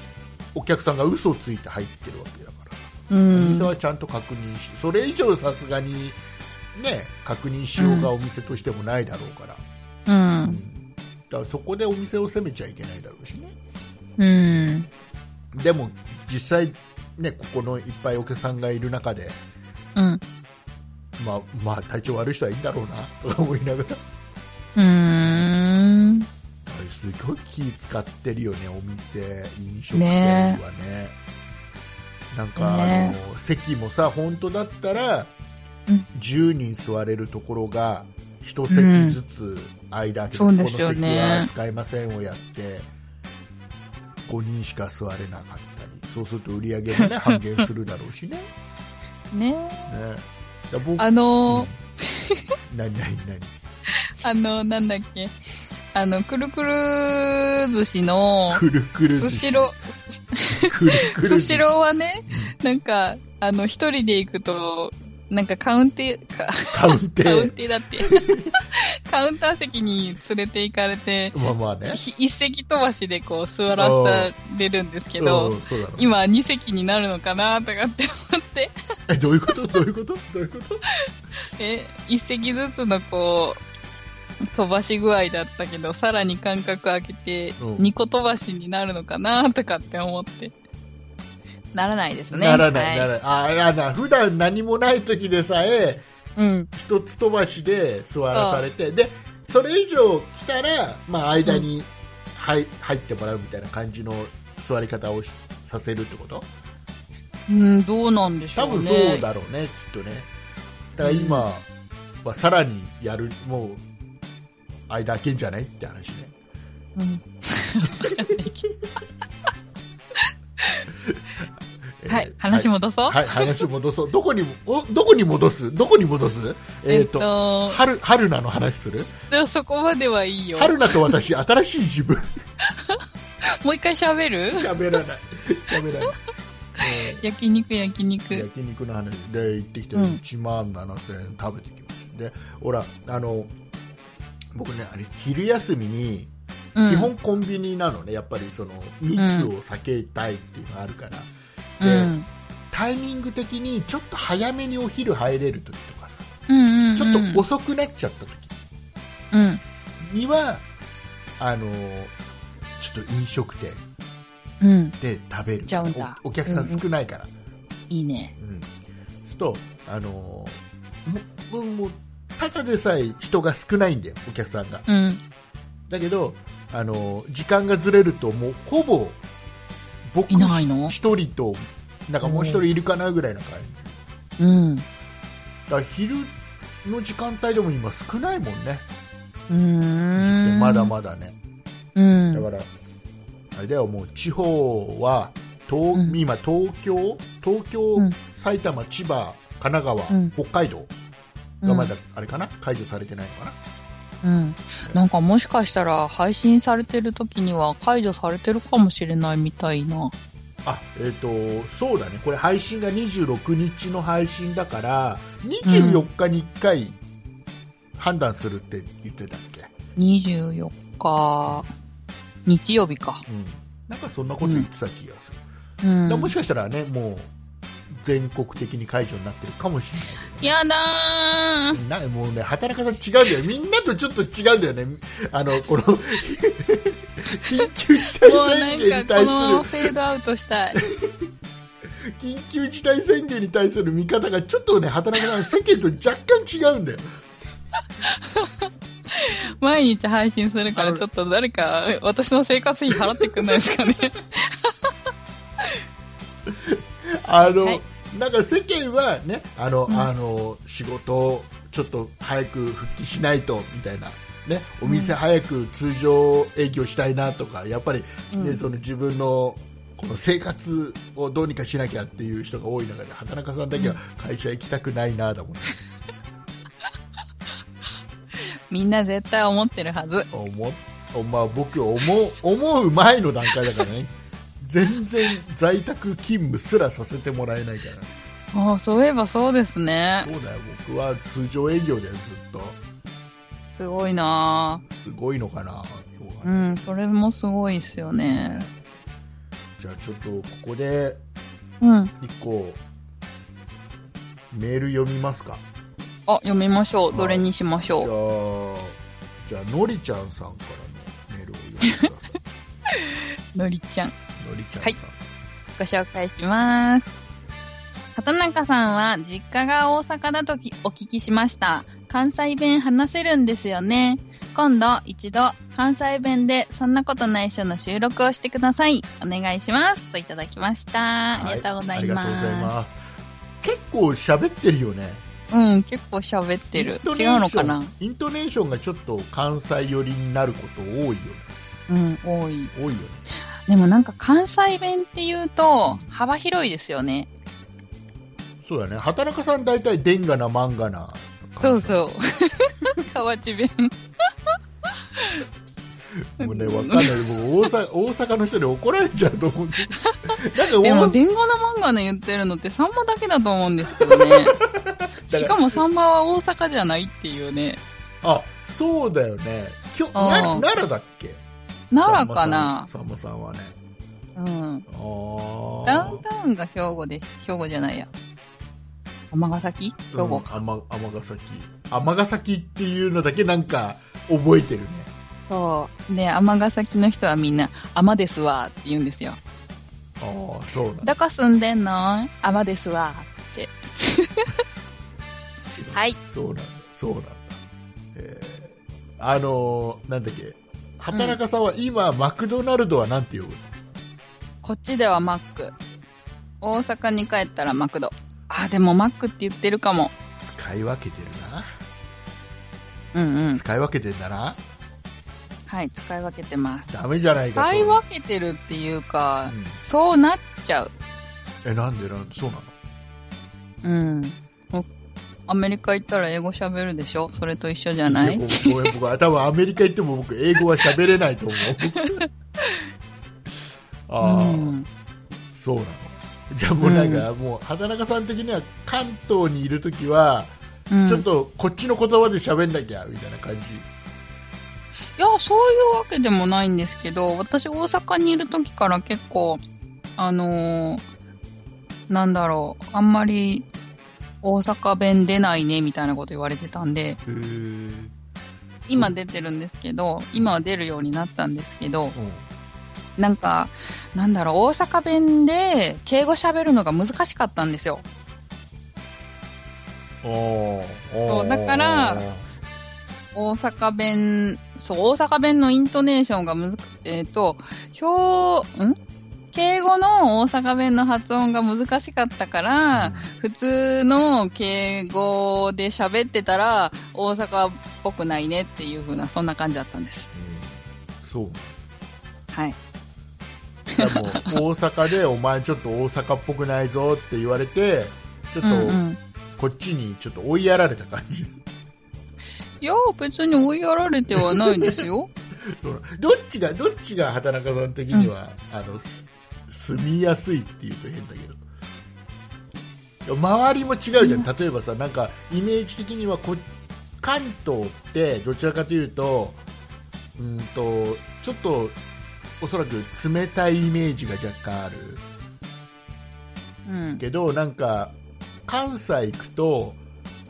お客さんが嘘をついて入ってるわけだから。
う
お
ん
店。はちゃんと確認しそれ以上さすがにね確認しようがお店としてもないだろうから、
う
うん
ん。
だからそこでお店を責めちゃいけないだろうしね
うん。
でも実際ねここのいっぱいお客さんがいる中で
うん。
まあまあ体調悪い人はいいんだろうなとか思いながら
うん。
すごい気使ってるよねお店飲食店
ね
はねなんか、
ね
あの席もさ本当だったら、
うん
10人座れるところが1
うん
席ずつ間開けて、
そう
この
です
席
よね
は使いませんをやって5人しか座れなかったりそうすると売り上げ
<laughs>
も、ね、半減するだろうしねね
ね
だ僕
あ
う
の
ん、何何何
あの、なんだっけ。あの、くるくる寿司の、
くるくる
スシロ
ーくるくる
ー、ス
寿司
シローはね、なんか、あの、一人で行くと、なんかカウンテー、か
カウンテ
カウン
ー
テーだって。 <laughs> カウンター席に連れて行かれて、
まあまあね
ひ一席飛ばしでこう座らされるんですけ
う
ど
ん、そうだろう
今二席になるのかなとかって思って、
えどういうことどういうことどういうこと
<laughs> え、一席ずつのこう、飛ばし具合だったけど、さらに間隔空けて、
うん
二個飛ばしになるのかなとかって思って。ならないですね。
ならない、なら
い。
ない。ああ、やだ。普段何もない時でさえ、
うん。
一つ飛ばしで座らされて、で、それ以上来たら、まあ、間に入,、入ってもらうみたいな感じの座り方をしさせるってこと
うん、どうなんでしょ
多
うね。
分そうだろうね、きっとね。だから今はさらにやる、もう、間空けんじゃないって話ね。
うん。
えー
はい、話戻そう。
はい、話戻そう。どこに、おどこに戻すどこに戻すえ
え
っ、
っ
と、
と、
春、春菜の話する
でもそこまではいいよ。
春菜と私、新しい
<laughs>
自分。
もう一回喋る
喋らない。喋らない。え
<laughs> 焼肉、焼
ー
肉。
焼肉の話で行ってきて
うん
1万7000円食べてきました。で、ほら、あの、僕ね、あれ、昼休みに、
うん
基本コンビニなのね、やっぱりその、密を避けたいっていうのがあるから、
う
で
ん。
タイミング的にちょっと早めにお昼入れる時とかさ、
うんうんうん。
ちょっと遅くなっちゃった時
うん。
には、あのちょっと飲食店
うん。
で食べる
ちゃうんだ
おお客さん少ないから、
いいね。
うんそうすると、あのーももうもうただでさえ人が少ないんだよお客さんが
うん。
だけど、あのー時間がずれるともうほぼ僕
いないの
一人となんかもう一人いるかなぐらいな感じ
うん。
だから昼の時間帯でも今少ないもんね、
うーん。
まだまだね
うん。
だから、あれだよ、もう地方は、東
うん
今、東京、東京、
うん
埼玉、千葉、神奈川、
うん
北海道がまだ、あれかな、解除されてないのかな、
うん。なんかもしかしたら配信されてる時には解除されてるかもしれないみたいな。
あえっ、と、そうだね、これ、配信が26日の配信だから、24日に1回判断するって言ってたっけ、
24日、日曜日か。
うんなんかそんなこと言ってた気がする、
うん
だから。もしかしたらね、もう全国的に解除になってるかもしれないけどね
や
<laughs>
だー
なもうね、働かさん違うんだよ。みんなとちょっと違うんだよね。あの、この、緊急事態
もう
宣言
な
に
んかこ
対す
のフェードアウトしたい。
る、緊急事態宣言に対する見方がちょっとね、働かさん、世間と若干違うんだよ。
毎日配信するからちょっと誰か私の生活費払ってくんないですかね。
あの、
はい
なんか世間はね、あの、
うん
あの、仕事をちょっと早く復帰しないと、みたいな。ね、お店早く通常営業したいなとか、やっぱり、ね
うん
その自分のこの生活をどうにかしなきゃっていう人が多い中で、畑中さんだけは会社行きたくないなだもんね、
<laughs> みんな絶対思ってるはず。
思おまあ、僕思う、思う前の段階だからね、 <laughs> 全然在宅勤務すらさせてもらえないから。
ああ、そういえばそうですね。
そうだよ、僕は通常営業でずっと。
すごいな
すごいのかな、今日
ーう
は。
ん、それもすごいっすよね。
じゃあちょっとここで
うん。
一個メール読みますか。
あ、読みましょう。どれにしまし
じゃ
ょう。
あ、じゃあのりちゃんさんからのメールを読んでくださ
のりちゃん。
い。のりちゃんさん。
はいご紹介します。畑中さんは実家が大阪だときお聞きしました。関西弁話せるんですよね。今度一度関西弁でそんなことないっしょの収録をしてください。お願いします。といただきました。
は
ありがとうございます。
ありがとうございます。結構喋ってるよね。
うん、結構喋って
イン
る。
トネーシ
違
ョン
うのかな
イントネーションがちょっと関西寄りになること多いよね。
うん、多い。
多いよね。
でもなんか関西弁って言うと幅広いですよね。
そうだね。畑中さん大体でんがなまんがな。
そう
<laughs>
そう。河内弁。
もうね、わかんない。もう大
<laughs>
阪、大阪の人に怒られちゃうと思うんです。なんか
でも、
大
伝言の漫画の言ってるのってサンマだけだと思うんですけどね。しかもサンマは大阪じゃないっていうね。
あ、そうだよね。今日、な
うん
奈良だっけ
奈良かな
さんまさんさんまさんはね。
うん。
あ
ダウ
ー
ンタウンが兵庫で、兵庫じゃないや。尼崎兵庫か。
うんあま、尼崎。尼崎っていうのだけなんか覚えてるね。
そう。で、尼崎の人はみんな、尼ですわって言うんですよ。
ああ、そうなんだ。
どこ住んでんの尼ですわって。はい。
そうなんだ。そうなんだ。えー、あのー、なんだっけ。畑中さんは今、マクドナルドはなんて呼ぶの
こっちではマック。大阪に帰ったらマクド。あ、でもマックって言ってるかも。
使い分けてるな、
うんうん。
使い分けてんだな
はい、使い分けてます。
ダメじゃないか
使い
そ
分けてるっていうか、
う
そうなっちゃう。
うんえなんでなんでそうなの
うん。おアメリカ行ったら英語喋るでしょそれと一緒じゃない
や僕ごめん僕多分アメリカ行っても僕英語は喋れない
<laughs>
と思うああ、
うん、
そうなのじゃあもうなんか、もう畑中さん的には関東にいるときは、
うん
ちょっとこっちの言葉で喋んなきゃみたいな感じ
いや、そういうわけでもないんですけど、私大阪にいる時から結構、あのーなんだろう、あんまり大阪弁出ないねみたいなこと言われてたんで、
へえ
今出てるんですけど、今は出るようになったんですけど、
う
なんか、なんだろう、大阪弁で敬語喋るのが難しかったんですよ。
んおーおー
そうだから大阪弁、そう、大阪弁のイントネーションがむずくえっ、と、表、ん敬語の大阪弁の発音が難しかったから、普通の敬語で喋ってたら、大阪っぽくないねっていう風な、そんな感じだったんです。
うんそう
はい。
でも大阪でお前ちょっと大阪っぽくないぞって言われてちょっ
うんう
と
ん。
こっちにちょっと追いやられた感じ、 <laughs>
いや、別に追いやられてはないです
<laughs>
よ。
どうどっちがどっちが畑中さん的には、あのす住みやすいっていうと変だけど周りも違うじゃん例えばさなんかイメージ的にはこ関東ってどちらかというとうんとちょっとおそらく冷たいイメージが若干ある
うん。
けどなんか関西行くと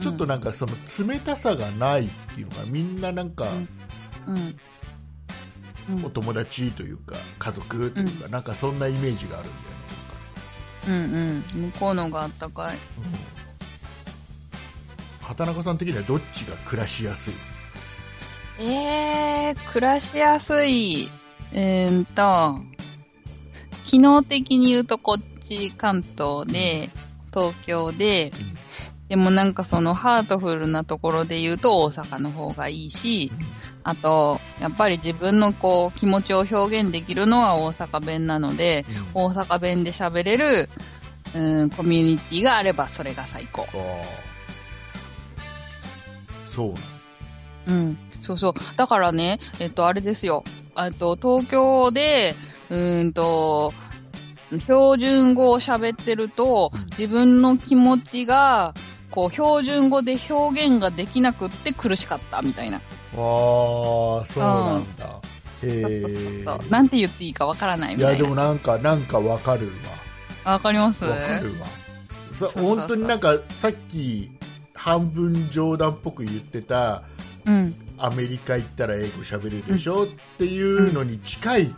ちょっとなんかその冷たさがないっていうのがみんななんか、
うんうん。うん
お友達というか家族というか、なんかそんなイメージがあるん
うんうん。向こうのがあったかい。
だよね、うん、畑中さん的にはどっちが暮らしやすい
ええー、暮らしやすい。えー、んと、機能的に言うとこっち関東で、東京で、でもなんかそのハートフルなところで言うと大阪の方がいいし、あと、やっぱり自分のこう気持ちを表現できるのは大阪弁なので、
うん
大阪弁で喋れる、うん、コミュニティがあればそれが最高。
あーそうなん
うん。そうそう。だからね、えっと、あれですよ。えっと、東京で、うーんと、標準語を喋ってると
うん、
自分の気持ちが、こう、標準語で表現ができなくって苦しかった、みたいな。
あーそうなんだ、へ
そうそう
え
そうなんて言っていいかわからない
い
みた
や
い
で
な。
もなんかなんかわかる
わかります
わわかるわさ
そうそう
本当になんかさっき半分冗談っぽく言ってた
うん。
アメリカ行ったら英語喋れるでしょ、っていうのに近い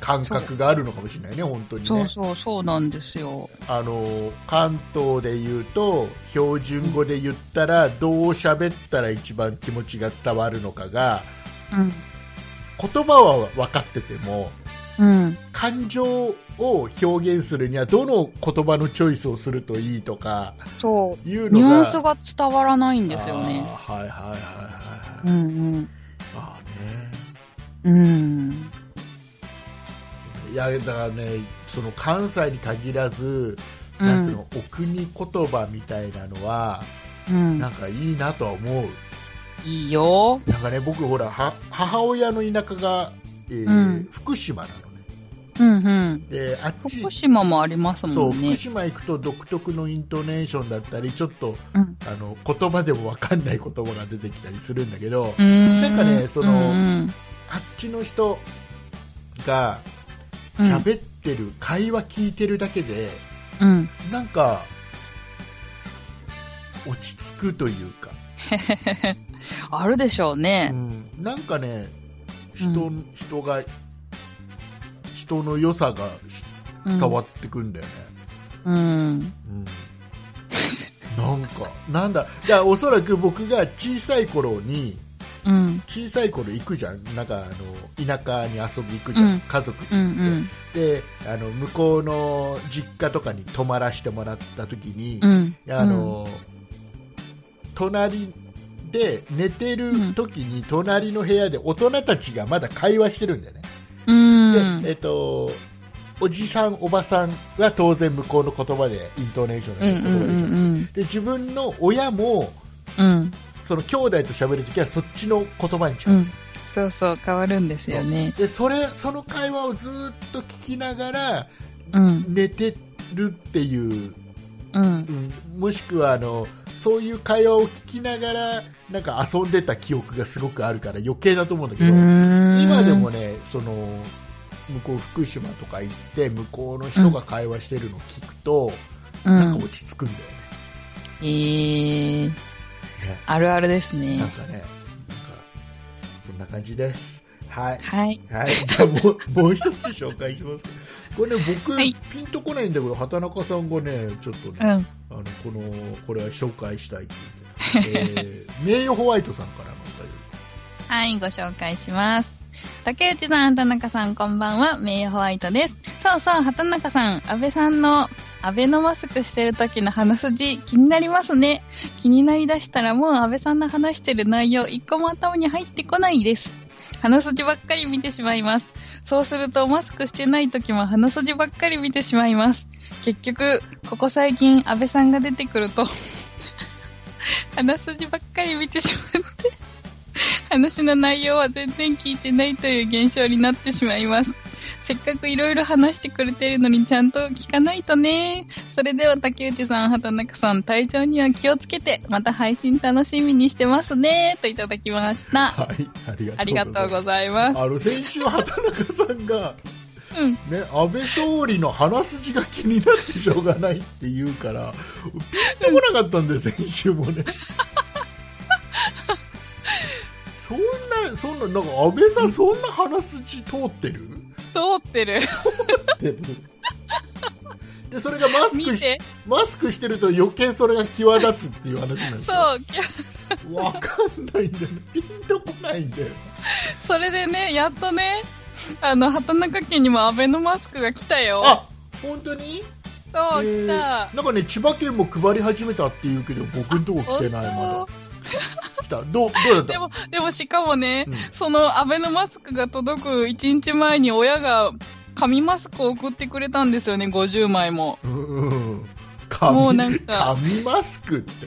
感覚があるのかもしれないね、本当に
そう
ね。
そう、そうなんですよ。
あの関東で言うと標準語で言ったらどう喋ったら一番気持ちが伝わるのかが
うん。
言葉は分かってても
うん。
感情を表現するにはどの言葉のチョイスをするといいとか
そ
いう
う。ニ
のが
ュアンスが伝わらないんですよね。
あーはいはいはいはい、
う
はい
ん
まあね
うん。うん。
いやだからねその関西に限らず、なんていうのお国言葉みたいなのは
うん
なんかいいなとは思う
いいよ。
なんかね僕ほらは母親の田舎が、えー
うん
福島なのね
うんうん。
であっち
福島もあります
そ
も
うん福
ね。
島行くと独特のイントネーションだったりちょっと
うん
あの言葉でも分かんない言葉が出てきたりするんだけど、
うーん
なんかねその
うん
あっちの人が
うん
喋ってる、会話聞いてるだけで
うん。
なんか落ち着くというか、
あるでしょう
う
ね。
ん、なんかね
うん
人,、人が人の良さがし伝わってくんだよね、
うん。
うんなんかなんだだからおそらく僕が小さい頃に
うん。
小さい頃行くじゃんなんかあの田舎に遊び行くじゃん、
うん
家族
うんうん。
であの向こうの実家とかに泊まらせてもらった時に、
うん。
あの隣で寝てる時に隣の部屋で大人たちがまだ会話してるんだよね、
うん、う
で
ん。
えっとおじさん、おばさんは当然向こうの言葉でイントネーション
うん
で
うん
言葉でしょ
うん
で自分の親も
うん。
その兄弟と喋るときはそっちの言葉にちゃ
う
う、
ん。そうそう、変わるんですよね。
でそれその会話をずーっと聞きながら
うん。
寝てるっていう、
うん
う。んもしくはあのそういう会話を聞きながらなんか遊んでた記憶がすごくあるから余計だと思うんだけど、今
今
でもねその向こう福島とか行って向こうの人が会話してるのを聞くと、
う
なん
ん
か。落ち着くんだよね。
えー、あるあるですね
なん。かね、なんか、そんな感じです。はい。
はい。
はい。じゃあ、もう、もう一つ紹介します。これね、僕、
はい
ピンとこないんだけど、畑中さんがね、ちょっと
う
ね、
ん。
あの、この、これは紹介したいっていうん <laughs> で、えー、名誉ホワイトさんからのお便り
はい、ご紹介します。竹内さん、畑中さん、こんばんは。名誉ホワイトです。そうそう、畑中さん、安倍さんの、安倍のマスクしてる時の鼻筋、気になりますね。気になりだしたらもう安倍さんの話してる内容、一個も頭に入ってこないです。鼻筋ばっかり見てしまいます。そうすると、マスクしてない時も鼻筋ばっかり見てしまいます。結局、ここ最近、安倍さんが出てくると、 <laughs> 鼻筋ばっかり見てしまって、話の内容は全然聞いてないという現象になってしまいます。せっかくいろいろ話してくれてるのにちゃんと聞かないとね。それでは竹内さん、畑中さん、体調には気をつけて、また配信楽しみにしてますね。といただきました。
はい。ありがとうござい
あ
ます。
りがとうございます。
あの、先週、畑中さんが、
うん。
ね、安倍総理の鼻筋が気になってしょうがないって言うから、ピンとこなかったんで、先週も
<laughs>
ね。そんな、そんな、なんか安倍さん、そんな鼻筋通って
<laughs>
る
通ってる。
ってで、それがマスク
見。
してマスクしてると余計それが際立つっていう話なんですよ。
そう。きゃ
わかんないんだよね。ピンとこないんだよ。
それでね、やっとね、あの、畑中家にもアベノマスクが来たよ。
あ、本当に
そう、
えー
来た。
なんかね千葉県も配り始めたって言うけど僕んとこ来てないま
本
だ来たどうどう
当で
だっ
も、でもしかもね、
うん
そのアベノマスクが届く1日前に親が紙マスクを送ってくれたんですよね、50枚も。
たうんうん紙
もうなんか
紙マスクって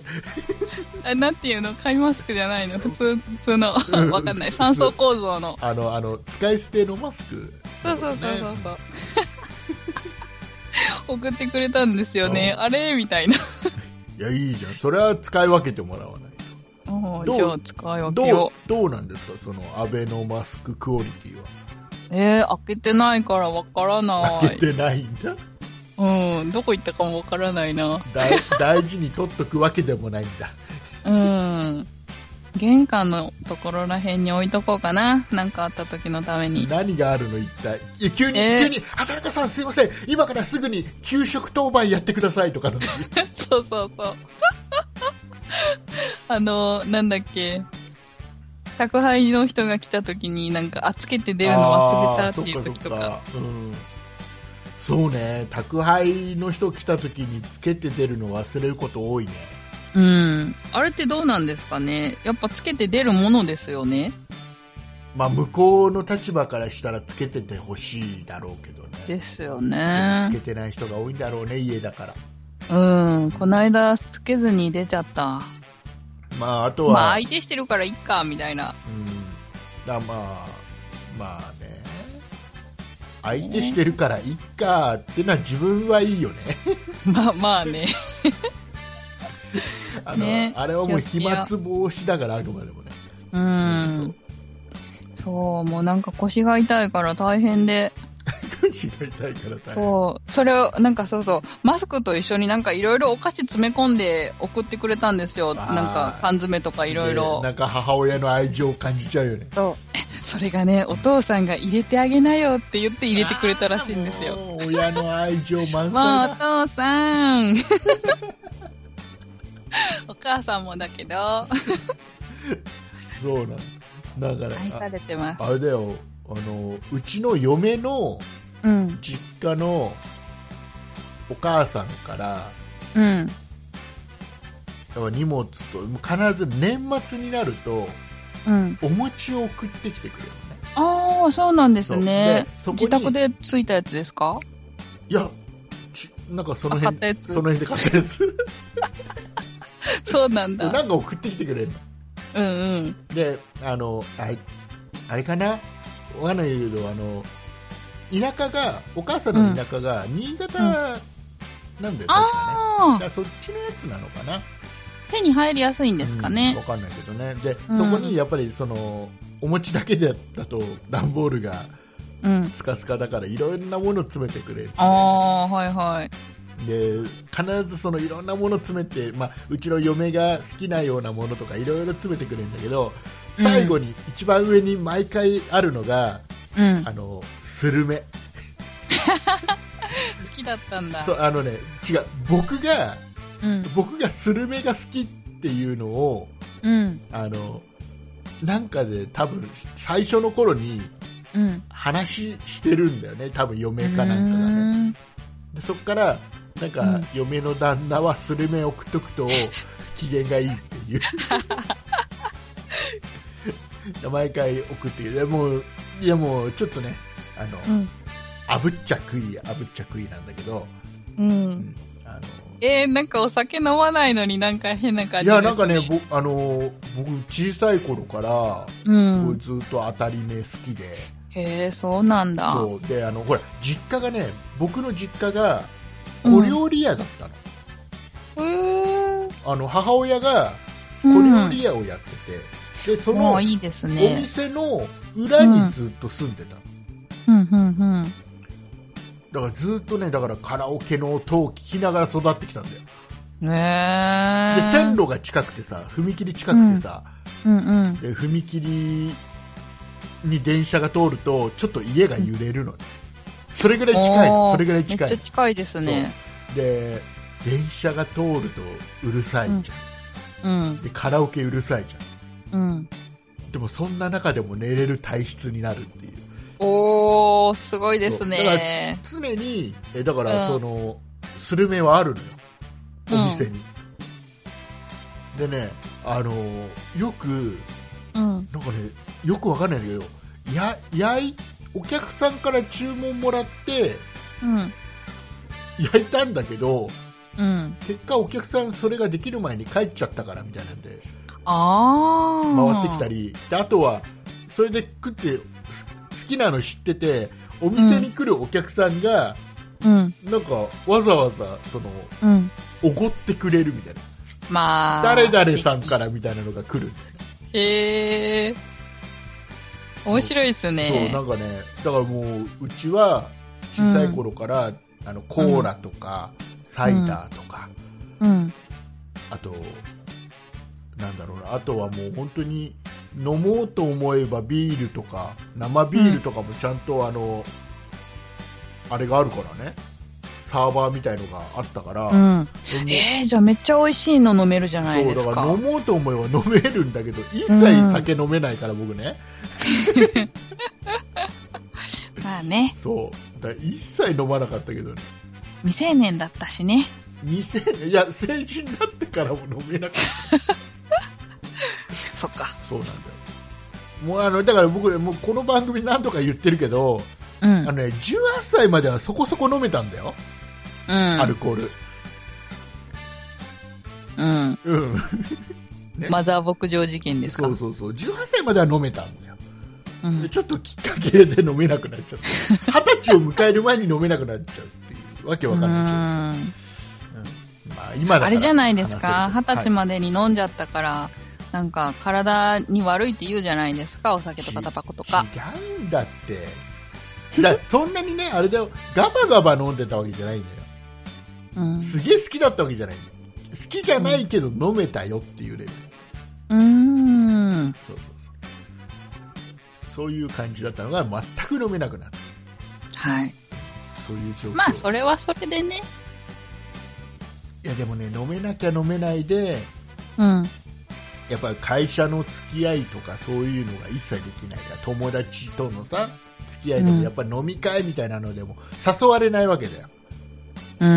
あなんていうの紙マスクじゃないの普通、普通の
う
<laughs>
ん。
わかんない。三層構造の。
あのあの使い捨てのマスク
そうそうそうそう
ね
そう。送ってくれたんですよね。あれみたいな。
いやいいじゃんそれは使い分けてもらわない
もう
どう
じゃあ使い分け
どう
よ
どうなんですかそのアベノマスククオリティは
う。えー、開けてないからわからな
開
い。
けてないんだ
うん、どこ行ったかもわからないな。
大大事に取っとくわけでもないんだ
うん。玄関のところらへんに置いとこうかな。なんかあった時のために。
何があるの一体いや急に、
えー
急に畑中さんすいません今からすぐに給食当番やってくださいとかの
<laughs> そうそうそう。 <laughs> あの、なんだっけ。宅配の人が来た時になんか、あ、つけて出るの忘れたっていう時とか。
あーそっかそっかうん、そうね宅配の人来た時につけて出るの忘れること多いね
うん。あれってどうなんですかねやっぱつけて出るものですよね。
まあ向こうの立場からしたらつけててほしいだろうけどね
ですよ
でも
ね
つ。けてない人が多いんだろうね家だから
うん。こないだつけずに出ちゃった。
まああとは、
まあ相手してるからいっか、みたいな。 <laughs>
うんだまあまあね相手してるからいっかってのは自分はいいよね <laughs>
まあまあね。
あの
ね
あれはもう
気
飛
をつけよう
沫防止だからあくまでもね <laughs>
うん。そう、もうなんか腰が痛いから大変で。
口が痛いから大変
そう。それを、なんかそうそう、マスクと一緒になんかいろいろお菓子詰め込んで送ってくれたんですよ。
あ
なん
ー
か缶詰とかいろいろ
で。なんか母親の愛情を感じちゃうよね
そう。 <laughs> それがね、お父さんが入れてあげなよって言って入れてくれたらしいんですよ。
もう親の愛情満載
もうお
だ
父さん <laughs> お母さんもだけど。
そうなんだから
愛されてます。
ああれだよあのうちの嫁の
うん。
実家のお母さんから
うん。
要は荷物ともう必ず年末になると
うん。
お餅を送ってきてくれるのね
ああ、そうなんですね
そう。でそ
自
こに
宅でついたやつですか
いやちなんかその
あ買ったや
辺
つ
その辺で買ったやつ
そうなん
そう
<laughs> だ。
なんか送ってきてくれるの
うんうん。
であのあれあれかなわかんないけどあの田舎がお母さんの田舎が新潟なんだよ、確かねだ
あ
からそっちのやつなのかな
あ、手に入りやすいんですか
うん
ね
わ。かんないけどねで、
うん
そこにやっぱりそのお餅だけだったと段ボールが
うん。
スカスカだからいろんなもの詰めてくれる
ああ、はいはい。
で必ずそのいろんなもの詰めて、まあ、うちの嫁が好きなようなものとかいろいろ詰めてくれるんだけど最後に一番上に毎回あるのが、
うん。好
あのスルメ
きだったんだ。
そうあのね違う僕が
うん。
僕がスルメが好きっていうのを
うん。
あのなんかで多分最初の頃に
うん。
話してるんだよね多分嫁かなんかがね
ん
でそっからなん
う
か
ん
嫁の旦那はスルメを送っ
<laughs>
とくと機嫌がいいっていうで毎回送ってくるいやもういやもうちょっとねあの、
うん。
炙っちゃ食い炙っちゃ食いなんだけど、
うん。
あの
えー、なんかお酒飲まないのになんか変な感
い
じです、
やなんかね、ぼあの僕小さい頃から、
う。
こうんずっと当たり目好きで
へえ、そうなんだ。
そうであのほら実家がね僕の実家が
うん
小料理屋だったの,、
へえ。
あの母親が
う
小
ん
料理屋をやってて、でその
も
お
ういいですね。
店の裏にずっと住んでたの、
うん、うん、うん。
だからずっとねだからカラオケの音を聞きながら育ってきたんだよ
ね
で
え。
線路が近くてさ踏切近くてさ、
うんうん。
で踏切に電車が通るとちょっと家が揺れるのねそれぐらい近いの
おー
それぐらい近
めっ
い
ちゃ近いですね。
で電車が通るとうるさいじ
うん
ゃん、。でカラオケうるさいじ
う
ゃ
ん。
んでもそんな中でも寝れる体質になるっていう
おー、すごいですね。
そうだからつ常にえだから
う
そ
ん
の、スルメはあるのよ
うん
お店に、でねあのよく
うん。
なんかねよくわかんないんだけどや焼いお客さんから注文もらって
うん。
焼いたんだけど
うん。
結果お客さんそれができる前に帰っちゃったからみたいなんで
あー。
回ってきたり、であとはそれで食ってす好きなの知っててお店に来るお客さんが、
うん。
なんかわざわざその
うん。
おごってくれるみたいな
まあ。
誰々さんからみたいなのが来る、
へえ。面白いですね。
そうなんかねだからもううちは小さい頃から、あのコーラとか、サイダーとか、
うん。
あとなんだろうなあとはもう本当に飲もうと思えばビールとか生ビールとかもちゃんとあの、あれがあるからねサーバーみたいのがあったから、
う
も
ん。
う
えー、じゃあめっちゃ美味しいの飲めるじゃない
そ
で
うだ
す
から
か
飲。もうと思えば飲めるんだけど一
うん
切酒飲めないから僕ね、
まあね、
そうだから一切飲まなかったけどね
未成年だったしね。
2000いや成人になってからも飲めなかっ
そっか
た。そうなんだよもうあのだから僕もうこの番組何度か言ってるけど
うん。
あのね、18歳まではそこそこ飲めたんだよ、
うん。
アルコール。
うん。
うん。ね
マザー牧場事件ですか。
そうそうそう。18歳までは飲めたんだよ。
うん
でちょっときっかけで飲めなくなっちゃった。二十歳を迎える前に飲めなくなっちゃうっていう、わけわかんない
うん
けど。まあ、今だから
あれじゃないですか。
話
二
せ
十
る
歳までに飲んじゃったから、なんか体に悪いって言うじゃないですか。お酒とか
ち
タバコとか。
はい違うんだって。
<laughs>
じゃあそんなにね、あれだよ、ガバガバ飲んでたわけじゃないんだよ。
うん。う
すげえ好きだったわけじゃない。好きじゃないけど飲めたよっていうレベル。
ーん。
そうそうそう。そういう感じだったのが全く飲めなくなった。
はい。
そういう状況。
まあ、それはそれでね。
いやでもね、飲めなきゃ飲めないで、
うん。
やっぱり会社の付き合いとかそういうのが一切できないから友達とのさ付き合いで
う
も
ん
やっぱ飲み会みたいなのでも誘われないわけだよ、
うー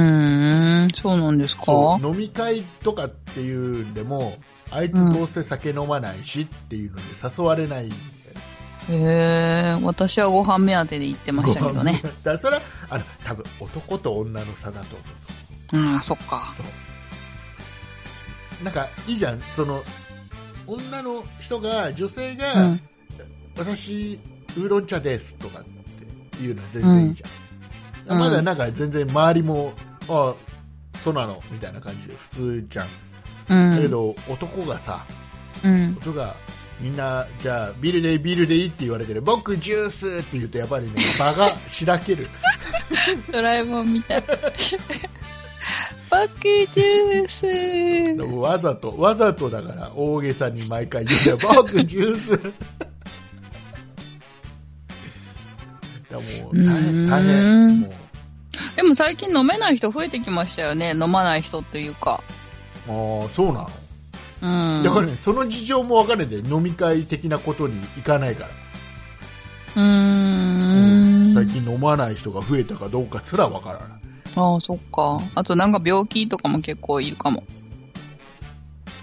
ん、そうなんです
そ
か
う飲み会とかっていうんでもあいつどうせ酒飲まないしっていうので誘われないんだよね
へえ、私はご飯目当てで行ってましたけどね。
ご飯 <laughs> だからそれはあの多分男と女の差だと思
うん、そっか。
うなんかいいじゃんその女の人が女性
う
が、
ん。
私ウーロン茶ですとかっていうのは全然いいじゃ
うん
ん、まだなんか全然周りもあそうなのみたいな感じで普通じゃん、
うん。
だけど男がさ
うん。
男がみんなじゃあビールでいいビールでいいって言われてる僕ジュースって言うとやっ
<laughs>
ぱりね場がしらける
ドラえもんみたい。バックジュース
わざと、わざとだから、大げさに毎回言うんだよ。僕、ジュース。いや、もう、大変、大
う
変。
ん
もう、
でも最近飲めない人増えてきましたよね。飲まない人というか。
ああ、そうなの。
うん。
だからね、その事情もわかるんだよ。飲み会的なことに行かないから。
うーん。
最近飲まない人が増えたかどうかすらわからない。
ああ、そっか。あとなんか病気とかも結構いるかも。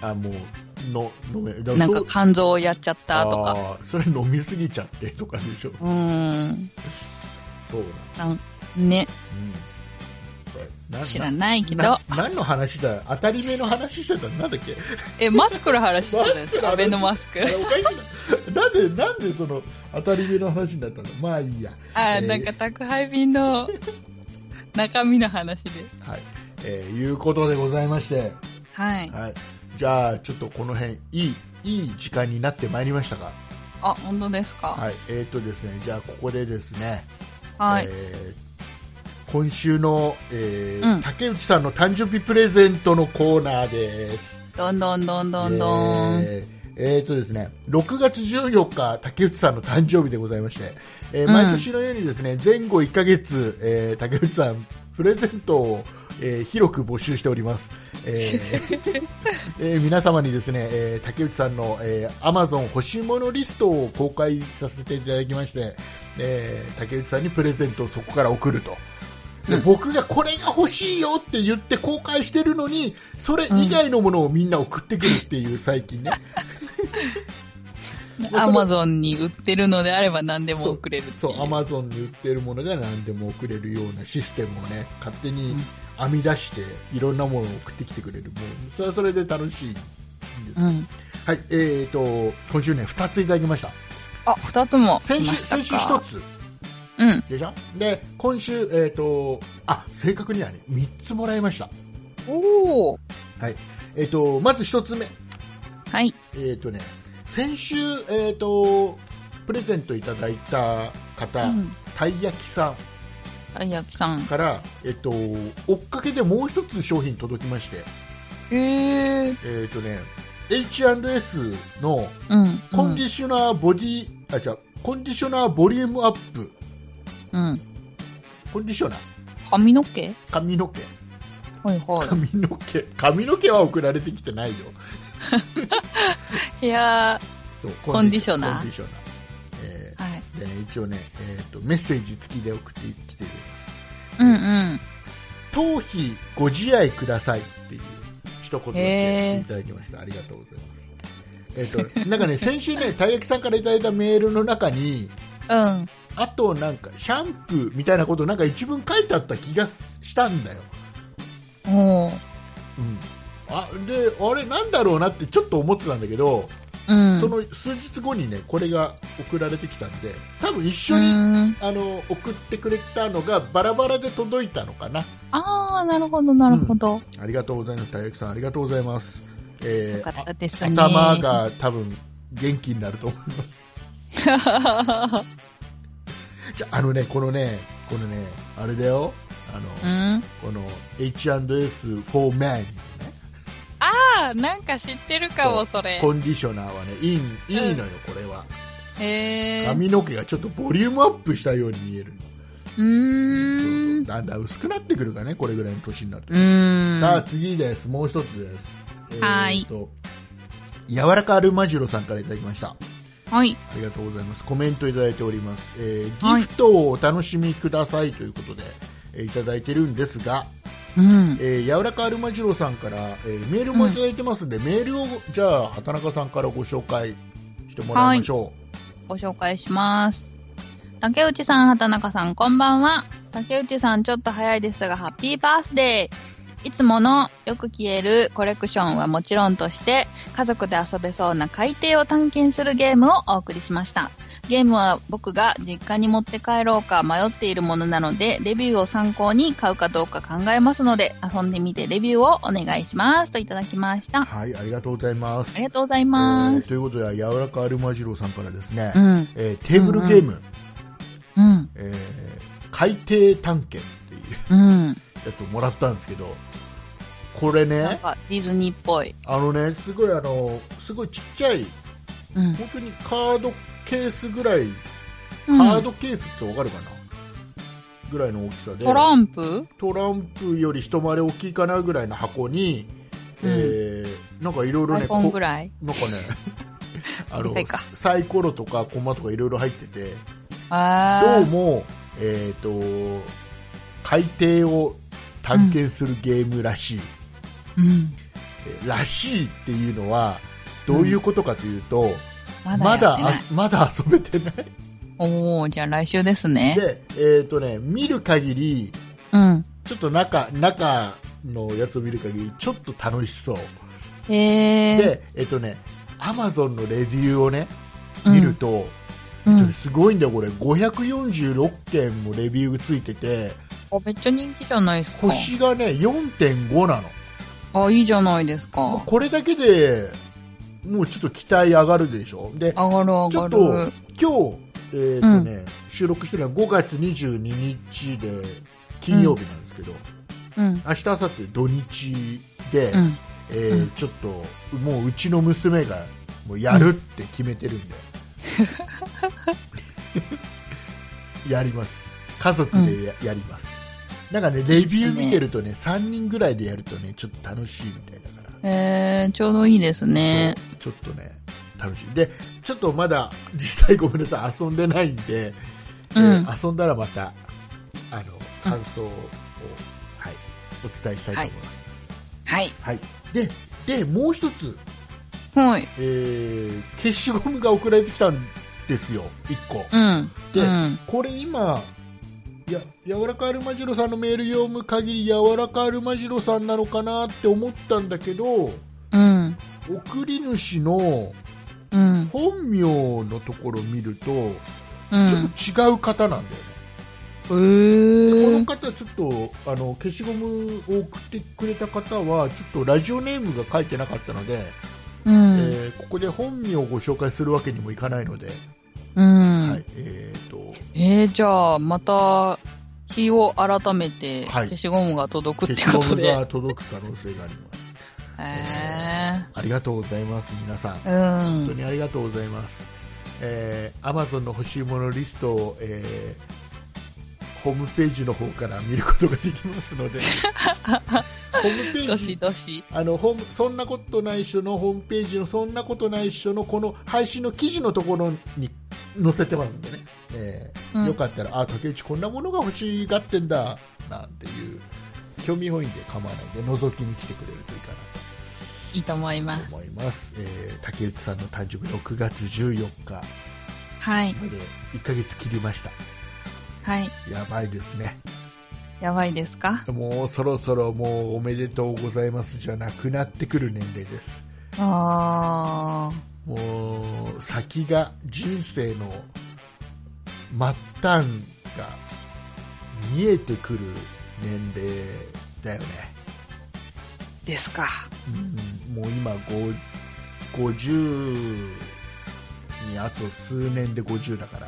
あもう、の、飲め、だ
なん
そ
か
う
肝臓やっちゃったとか。
あーそれ飲みすぎちゃってとかでしょ。
うーん。
そう
なんね、
なの。
知らないけど
な。何の話だ当たり目の話してたのなんだ
<laughs>
っけ
え、マスクの話してたじゃないですか。
マスクの話
アベノマスク
あ。れおかしいななんでなんでその当たり目の話になったのまあいいや
あ
え
ー、
ー
なんか宅配便の中身の話で。
はいえーいうことでございまして、
はい。
はい、じゃあちょっとこの辺いいいい時間になってまいりましたか
あ、本当ですか。
はいえー、とですねじゃあここでですね、
はい。
えー今週の、えー
うん
竹内さんの誕生日プレゼントのコーナーです
どんどんどんどんどん。
えーえーとですね、6月14日、竹内さんの誕生日でございまして、えー
うん
毎年のようにですね、前後1ヶ月、えー竹内さん、プレゼントを、えー広く募集しております。え
<laughs>
ーえー皆様にですね、えー竹内さんの、えー、Amazon 欲しいものリストを公開させていただきまして、えー竹内さんにプレゼントをそこから送ると。で僕がこれが欲しいよって言って公開してるのにそれ以外のものをみんな送ってくるっていう最近ね、その
アマゾンに売ってるのであれば何でも
そう
送れるってい
<laughs> そうアマゾンに売ってるものが何でも送れるようなシステムをね勝手に編み出していろんなものを送ってきてくれるもうそれはそれで楽しいんです、
うん。
はいえー、と今週ね2ついただきました
あ、二つも来
先
ま
週
したか。
先週1つ
うん。
でしょで今週、えー、とあ正確にはね3つもらいました、
おお。
はいえー、とまず1つ目
はい。
えーとね、先週、えー、とプレゼントいただいた方、
うん。
たい焼きさ
たい焼きさん
ん。から、えー、と追っかけでもう一つ商品届きまして、
へえ。
えーとね、H&S の
うん。
コンディショナーボディ、あじゃコンディショナーボリュームアップ
うん。
コンディショナー
髪の毛
髪の毛
はいは
髪の毛髪の毛は送られてきてないよ
い。ヘア、
そう
コンディショナー
コンディショナー、え
はい。
ーでね、一応ね、えー、とメッセージ付きで送ってきてる
うんうん。
頭皮ご自愛くださいっていう一言でいただきました、ありがとうございますえっ、となんかね先週ねたい焼きさんからいただいたメールの中に
うん。
あとなんかシャンプーみたいなことなんか一文書いてあった気がしたんだよ、
おー
うん、あであれなんだろうなってちょっと思ってたんだけど、
うん。
その数日後にねこれが送られてきたんで多分一
う
緒に、
ん。
あの送ってくれたのがバラバラで届いたのかな
ああ、なるほど、なるほど。
ありがとうございますたい焼きさんありがとうございます、え
よ
ー
かったですね。
頭。が多分元気になると思います。 <laughs> じゃあ、あのね、このね、このね、あれだよ、
<laughs>
あ
う
の、
ん。
この H&S for Men ね、
ああ、なんか知ってるかも、それ。
コンディショナーはね、いい、いいのよ、これは。
へえ。
髪の毛がちょっとボリュームアップしたように見える。
うーん。
だんだん薄くなってくるかね、これぐらいの年になると。
うーん。
さあ、次です。もう一つです。えー
はい
と、柔らかアルマジロさんからいただきました。
はい。
ありがとうございます。コメントいただいております。えー
はい
ギフトをお楽しみくださいということで、えーいただいてるんですが、
うん。
えー、柔らかアルマジロさんから、えーメールもいただいてますんで、メールをじゃあ、畑中さんからご紹介してもらいましょ
ご紹介します。竹内さん、畑中さん、こんばんは。竹内さん、ちょっと早いですが、ハッピーバースデー。いつものよく消えるコレクションはもちろんとして、家族で遊べそうな海底を探検するゲームをお送りしました。ゲームは僕が実家に持って帰ろうか迷っているものなので、レビューを参考に買うかどうか考えますので、遊んでみてレビューをお願いします。といただきました。
う。はい、ありがとうございます。
ありがとうございます。
えーということで、柔らかアルマジロさんからですね、
うん、
えーテーブルゲーム、
うん、
えー海底探検って
う
いう
ん。
やつをもらったんですけど、これ
なん
ね、
かディズニーっぽい。
あのね、すごいあの、すごいちっちゃい、
うん。
本当にカードケースぐらい、
カ
カードケースってわかるかな、ぐらいの大きさで。
トランプ
トランプより一回り大きいかなぐらいの箱に、
うん
えーなんかいろいろ
ア
ね、
イ
こ
コン
なん
ぐ
から
い
ね、
<laughs>
あ
で
の
かいか
サイコロとかコマとかいろいろ入ってて、ど
あ
うも、えっ、と、海底を探検するゲームらしい。
ーうん。
えーらしいっていうのは、どういうことかというと、ま
まだ
だ
やってない、
あまだ遊べてない。
おー、じゃあ来週ですね。
で、えっ、とね、見る限り、
うん。
ちょっと中、中のやつを見る限り、ちょっと楽しそう。
へー。
で、えっとね、アマゾンのレビューをね、
うん
見ると、
うん
えっとねすごいんだよ、これ、546件もレビューがついてて、
あめっちゃ人気じゃないですか。
星がね、4.5なの。
あ、いいじゃないです
もう
か。
これだけでもうちょっと期待上がるでしょ。で、
上がる
ち
上
ょっ
が
と
る。
今日、えっとね、収録してるのは5月22日で、金曜日なんですけど、
うん。
明日、明後日土日で、
うん。
えー
うん
ちょっともううちの娘がもうやるって決めてるん
<laughs>
で、やります家族でや,、やりますなんかねレビュー見てるとね3人ぐらいでやるとねちょっと楽しいみたいだから、
えー、ちょうどいいですね。
そうちょっとね楽しいでちょっとまだ実際ごめんなさい遊んでないんで、え
うん
ー遊んだらまたあの感想を、はい、お伝えしたいと思います、
はい。
はいででもう一つ
はい。
えー消しゴムが送られてきたんですよ、1個。
うん。
で
うん。
これ今、や柔らかアルマジロさんのメール読む限り、柔らかアルマジロさんなのかなって思ったんだけど、
うん。
送り主の
うん。
本名のところを見ると、
う
ちょっと違う方なんだよね。
ん。えー。
この方、ちょっとあの消しゴムを送ってくれた方は、ちょっとラジオネームが書いてなかったので、
うん。
えーここで本名をご紹介するわけにもいかないので、
うん。
はいえ
<laughs>
ー、と
えー、じゃあ、また、日を改めて、
はい
消しゴムが届くって
消
こ
し
と
ゴム
で。
が届く可能性があります。
え
ありがとうございます、皆さん。
ー、う
本当
ん。
にありがとうございます。えー、Amazon の欲しいものリストを、えーホームページの方から見ることができま
<laughs>
すので、ホームペー
どし
ジ、
どし。
あの、ホームそんなことない人のホームページのそんなことない人のこの配信の記事のところに載せてますんでね、えー
うん
よかったら、あ、竹内こんなものが欲しがってんだ、なんていう、興味本位で構わないんで、覗きに来てくれるといいかなと。
いいと思います。
思います、えー竹内さんの誕生日6月14日ま
はい。
で1ヶ月切りました
はい。
やばいですね
やばいですか
もうそろそろもうおめでとうございますじゃなくなってくる年齢です
あ
もう先が人生の末端が見えてくる年齢だよね、
ー、ですか。
うん、もう今5 50にあと数年で50だか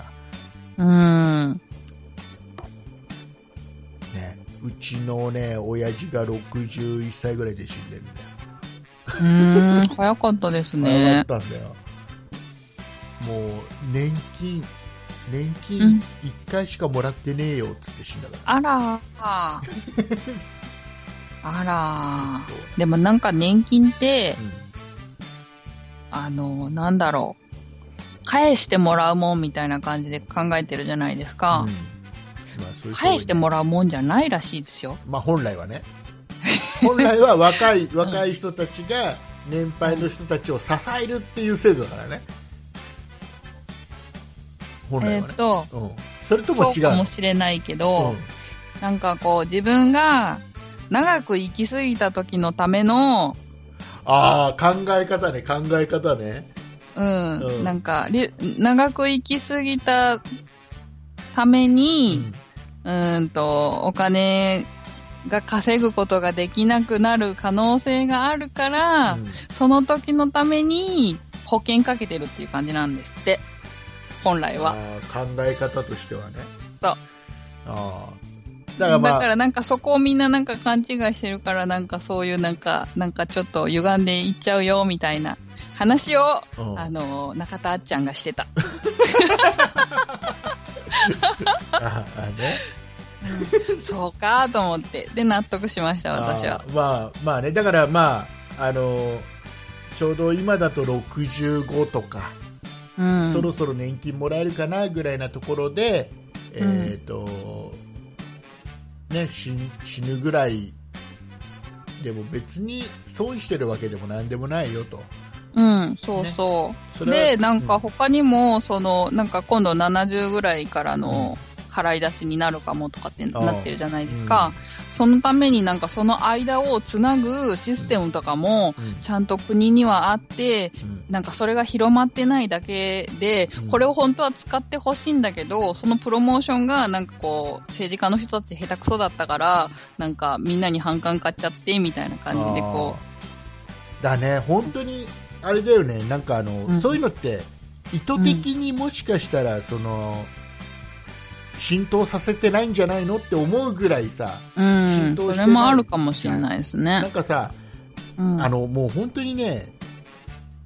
ら
うん。
ね、うちのね、親父が61歳ぐらいで死んでるんだよ。
うん、早かったです
早
ね。
かったんだよ。もう、年金、年
う
金
ん
1回しかもらってねえよっつって死んだから。
あらー。あら
そう
ー。でもなんか年金って
う、ん
あの、なんだろう。返してもらうもんみたいな感じで考えてるじゃないですか。返しても
ら
らうもんじゃないらしいですよ。
まあ、本来はね本来は
<laughs>
若い若い人たちが年配の人たちを支えるっていう制度だからね本来
え
は
ー
ね
っ、と、
うん、それとも
そう
違う
か
の
もしれないけど、
うん
なんかこう自分が長く生き過ぎた時のための、
ああ考え方ね考え方ね
うん、
うん
なんかり長く生き過ぎたために、うーんと、お金が稼ぐことができなくなる可能性があるから、
うん
その時のために保険かけてるっていう感じなんですって。本来は。
あー考え方としてはね
そう
あー
だ
だからまあ
からなんかそこをみんななんか勘違いしてるからなんかそういうなんか、なんかちょっと歪んでいっちゃうよみたいな話を、
うん
あの、中田あっちゃんがしてた。 <laughs>
ああね
そうかと思って。で、納得しました、私は
あ。ーまあまあねだからまああのちょうど今だと65とか、
うん。
そろそろ年金もらえるかなぐらいなところで、えっ、とね死死ぬぐらいでも別に損してるわけでもなんでもないよと
うん、そうそう。
それは
で、なん
う
か他にも、その、なんか今度70ぐらいからの払い出しになるかもとかって
あー
なってるじゃないですか。そのためになんかその間をつなぐシステムとかも、
うん
ちゃんと国にはあって、
うん
なんかそれが広まってないだけで
うん、
これを本当は使ってほしいんだけど、そのプロモーションがなんかこう、政治家の人たち下手くそだったから、なんかみんなに反感買っちゃって、みたいな感じでこ
あーだね本当にあれだよねなんかあの、
ん
そういうのって意図的にもしかしたらその、浸透させてないんじゃないのって思うぐらいさ
う、うん
浸、透
そ
してない
れもあるかもしれないです
な
ね
ん。かさ、
うん
あのもう本当にね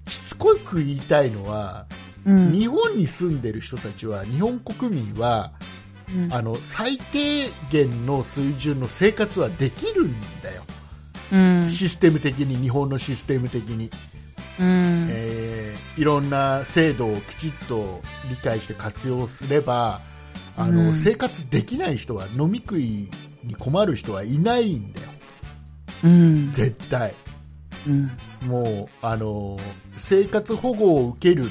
しつこく言いたいのは、
うん
日本に住んでる人たちは日本国民は
うん
あの最低限の水準の生活はできるんだよ、
うん。
システム的に日本のシステム的に。
うん。
えーいろんな制度をきちっと理解して活用すればあの、
うん
生活できない人は飲み食いに困る人はいないんだよ、
うん。
絶対
うん。
もうあの生活保護を受ける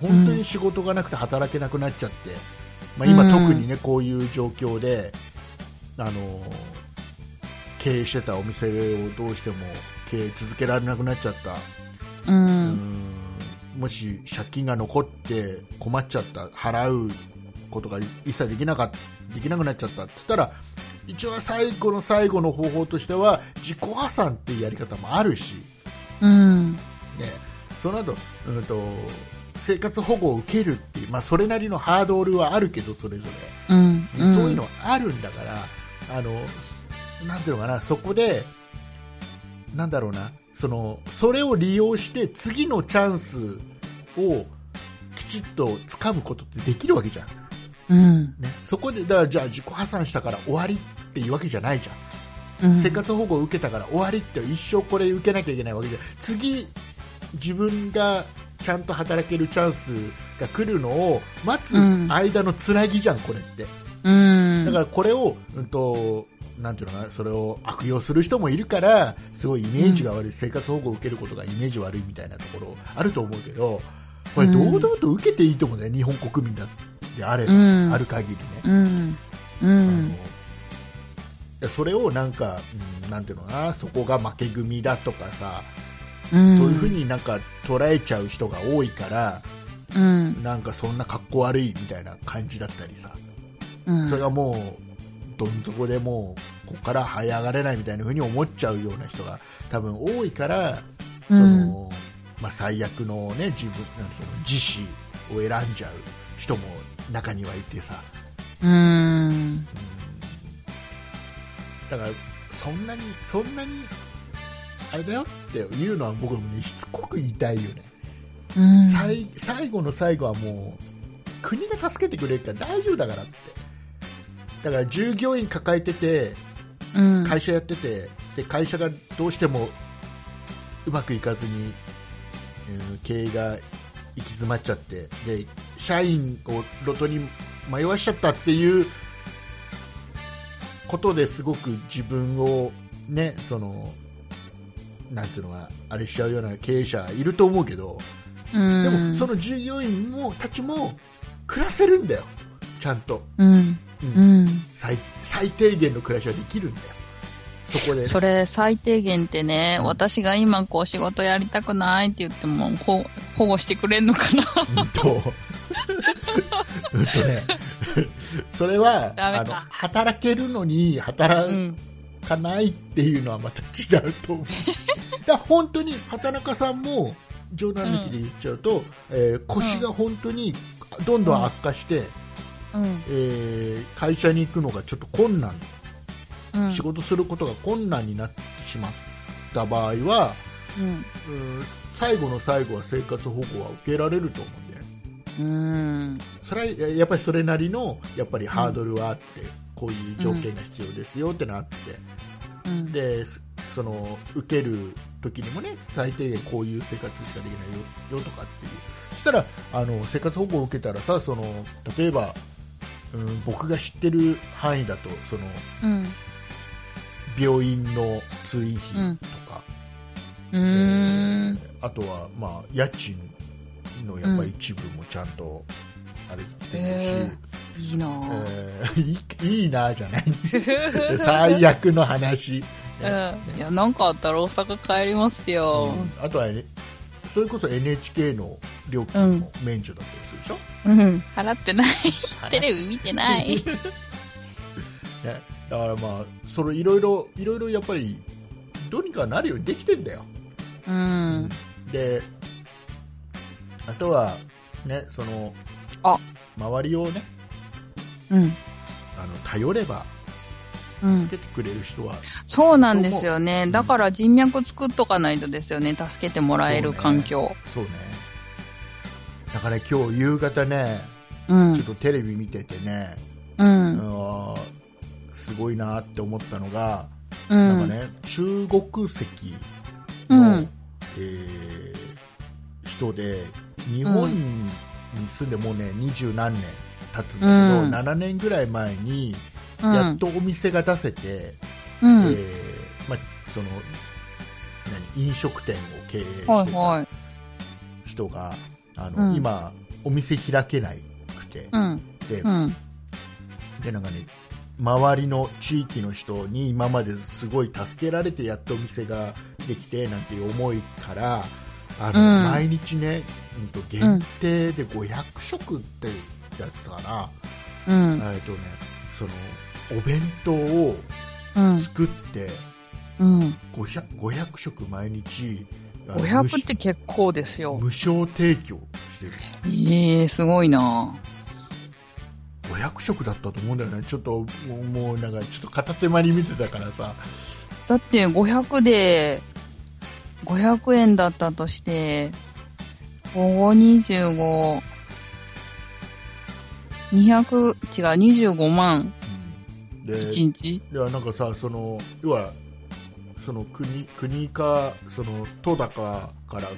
本当に仕事がなくて働けなくなっちゃって、まあ、今、
うん
特に、ね、こういう状況であの経営してたお店をどうしても経営続けられなくなっちゃった
う。
うんんもし借金が残って困っちゃった払うことが一切できなかっできなくなっちゃったって言ったら一応最後の最後の方法としては自己破産っていうやり方もあるし、
うん。
ね、その後、うん、と生活保護を受けるっていう、まあ、それなりのハードルはあるけどそれぞれ、
うん。
そういうのあるんだから、あの、なんていうのかな、そこで、なんだろうな、その、それを利用して次のチャンスをきちっと掴むことってできるわけじゃん。
うん。
ね、そこで、だからじゃあ自己破産したから終わりっていうわけじゃないじゃん。
うん。
生活保護を受けたから終わりって一生これ受けなきゃいけないわけじゃん次自分がちゃんと働けるチャンスが来るのを待つ間のつなぎじゃん、これって
うん。
だからこれを、うんと、なんていうのかな、それを悪用する人もいるから、すごいイメージが悪い、生活保護を受けることがイメージ悪いみたいなところあると思うけど、これ、
うん
堂々と受けていいと思うんだよ、日本国民だであれ、
うん
ある限りね。
うん。う
あの
ん。
いやそれをなんか、うんなんていうのかな、そこが負け組だとかさ、
うん。
そういうふうになんか捉えちゃう人が多いから、
うん。
なんかそんな格好悪いみたいな感じだったりさ。
うん。
それがもうどん底でもうここから這い上がれないみたいな風に思っちゃうような人が多分多いから、
う
そ
ん。
のまあ、最悪の、ね、自分その自死を選んじゃう人も中にはいてさ
うん。
だからそんなにそんなにあれだよっていうのは僕も、ね、しつこく言いたいよね、
うん。
最最後の最後はもう国が助けてくれるから大丈夫だからってだから従業員抱えてて
うん。
会社やっててで会社がどうしてもうまくいかずにえー経営が行き詰まっちゃってで社員を路頭に迷わしちゃったっていうことですごく自分をねそのなんていうのがあれしちゃうような経営者いると思うけど
うん。
でもその従業員もたちも暮らせるんだよちゃんと
うん。
うん
うん。
最最低限の暮らしはできるんだよそこで
それ最低限ってね、
うん
私が今こう仕事やりたくないって言っても、ほ保護してくれんのかな
うんとうんとねそれは
ダメか
あの働けるのに
う
働
ん。
かないっていうのはまた違うと
<laughs>
思うだから本当に畑中さんも冗談抜きで言っちゃうと、えー腰が本当にどんどん悪化して、
うん。
えー会社に行くのがちょっと困難
うん。
仕事することが困難になってしまった場合は、
うん。
うん最後の最後は生活保護は受けられると思うんだよね
うん。
それはややっぱりそれなりのやっぱりハードルはあって、こういう条件が必要ですよってなって、
うん。
ですその受ける時にもね最低限こういう生活しかできないよよとかっていうそしたらあの生活保護を受けたらさその例えば、うん、僕が知ってる範囲だとその
うん。
病院の通院費とか、
うーん。
あとは、まあ、家賃のやっぱ一部もちゃんとあれしてるし、
へいいなぁ。
えーいいいいなじゃない最悪
<laughs>
の話、
うん。いや、なんかあったら大阪帰りますよ。
あとは、ね、それこそ NHK の料金も免除だったりするでしょ、
うん。払ってない。
はい
テレビ見てない。
ね、だからまあそれいろいろいろいろやっぱりどうにかなるようにできてんだよ
うん。
であとはねその
あ
周りをね
うん。
あの頼れば
うん。
助けてくれる人は
そうなんですよね。だから人脈作っとかないとですよね。助けてもらえる環境。
そうねだから今日夕方ね
う
ちょっ
ん。
とテレビ見ててね、
うん。
あーすごいなって思ったのが、
う
なん
ん。
かね中国籍
う
の、
ん。
えー人で日本に住んでもうね二十何年経つんだけど、
うん
7年ぐらい前に
う
やっ
ん。
とお店が出せて、
う
え
ん。
ーまあ、その何飲食店を経営して
はい
た
はい。
人が、あの
うん
今お店開けなくて、
うん。
で
うん。
でなんかね周りの地域の人に今まですごい助けられてやっとお店ができてなんていう思いからあの、
うん
毎日ね、うん、と限定で500食ってやつかな、
うん。
えっとね、そのお弁当を
うん。
作って
うん。
500, 500食毎日あの無
500っ
して
結構ですよ。
無償提供してる
ええ、すごいな
500食だったと思うんだよねちょっともうもうなんかちょっと片手間に見てたからさ
だって500で、500円だったとして、5525、200、違う、25万
うんで
1日
いやなんかさその要はその国国かその党だかから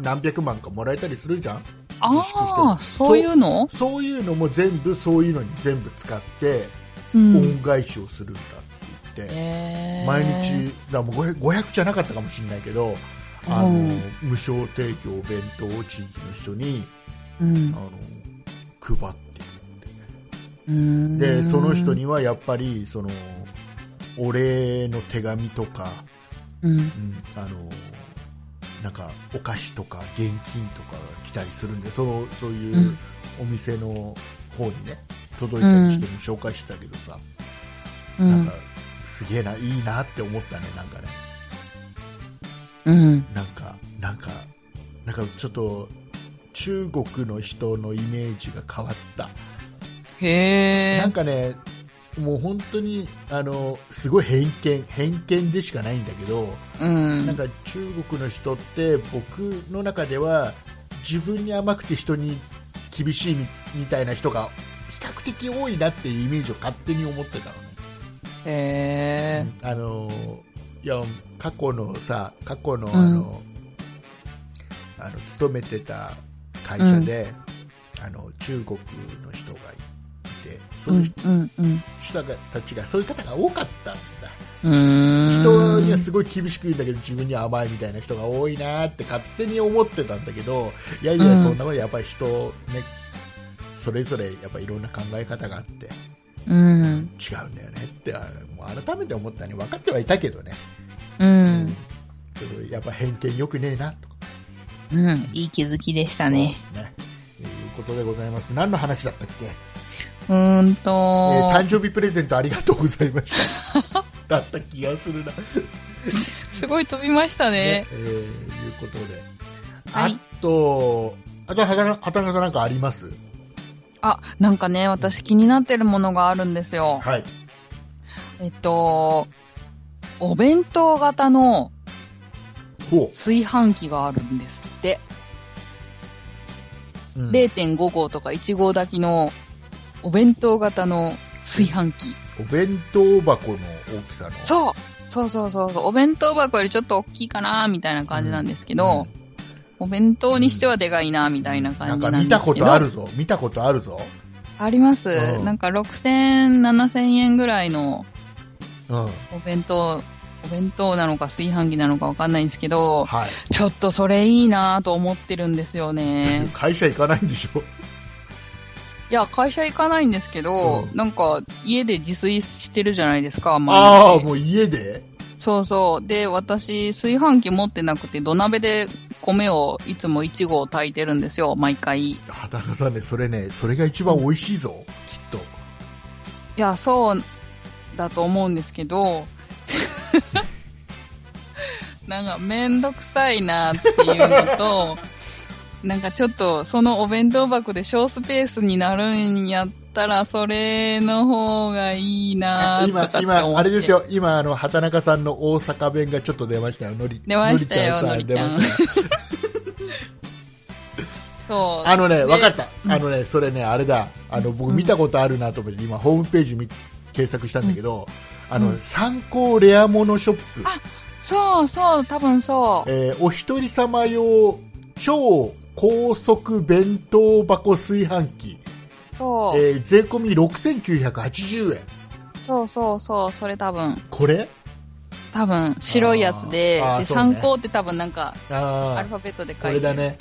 何百万かもらえたりするじゃん
ああ、そういうの
そういうのも全部そういうのに全部使って
うん。
恩返しをするんだって言って、
ええ
毎日だからもう 500, 500じゃなかったかもしれないけどあの、
うん
無償提供お弁当を地域の人に
う
あ
ん
の配ってる
うん。
でその人にはやっぱりそのお礼の手紙とか
うん。
うんあのなんかお菓子とか現金とかが来たりするんでそのそういううんお店の方にね届いたりしても紹介してたけどさ、
う
なん
ん
か。すげえないいなって思ったねなんかね
うん。
なんかなんかなんかちょっと中国の人のイメージが変わった、
へ
な
え
ん。かねもう本当にあのすごい偏見偏見でしかないんだけど、
う
なん
ん。
か中国の人って僕の中では自分に甘くて人に厳しいみみたいな人が比較的多いなっていうイメージを勝手に思ってたのね。
へえ。
あのーいや過去のさ過去の
ん
あの、あの勤めてた会社で、あの中国の人がいてそう
う
いうん
うんうん
人たちがそういう方が多かったんだ
うーん
人にはすごい厳しく言うんだけど自分には甘いみたいな人が多いなって勝手に思ってたんだけどいやいや
うん
そんなことやっぱり人ねそれぞれやっぱいろんな考え方があって
うん
違うんだよねってあのもう改めて思ったね分かってはいたけどね、
う、
うんちょっとやっぱ偏見よくねえなとか
うん、いい気づきでしたね。
ねいうことでございます何の話だったっけ、
うーんと
えー誕生日プレゼントありがとうございましただった気がするな
すごい飛びましたね
ね。えーいうことで、
はい
あと、あと、畑中畑中さんなんかあります
あ、なんかね、私気になってるものがあるんですよ。
はい。
えっと、お弁当型の
ほ
炊飯器があるんですって。
う。うん、
0.5号とか1号炊きのお弁当型の炊飯器。
お弁当箱の大きさの。う
そうそうそうそうそう。お弁当箱よりちょっと大きいかなみたいな感じなんですけど、お弁当にしてはでかいなみたいな感じなんですけど。
か見たことあるぞ。見たことあるぞ。
あります。
うん
なんか6000円、7000円ぐらいの
うん。
お弁当、お弁当なのか炊飯器なのかわかんないんですけど、
はい。。
ちょっとそれいいなぁと思ってるんですよね
<laughs> 会社行かないんでしょ
いや、会社行かないんですけど、
うん
なんか家で自炊してるじゃないですか、毎日
ああ、もう家で
そうそう。で、私、炊飯器持ってなくて土鍋で米をいつも1合炊いてるんですよ、毎回。い
畑中さんね、それね、それが一番美味しいぞ。きっと。
や、そうだと思うんですけど、 <laughs> なんかめんどくさいなっていうのと、なんかちょっとそのお弁当箱で小スペースになるんやったら、それの方がいいなとか
今
っ、て思って
今、あれです。よ。今、あの、畑中さんの大阪弁がちょっと出ましたよ。のり、
出ましたよ
のりちゃんさん
のりちゃ
出
ん
ましたよ
そう。
あのね、
で
わかった。
うん
あのね、それね、あれだ。あの、僕
うん
見たことあるなと思って、今、ホームページ見検索したんだけど、あの、参考レアものショップ、
あそうそう、多分そう。
えーお一人様用超高速弁当箱炊飯器、え
そう。
ー税込み6980円。
そうそうそう、それ多分、
これ
多分、白いやつで、
あー
で、
そうね
参考って多分なんか、ア
あ
ル
あ、
ファベットで
こ
書い
れ
て
だ
る。
ね。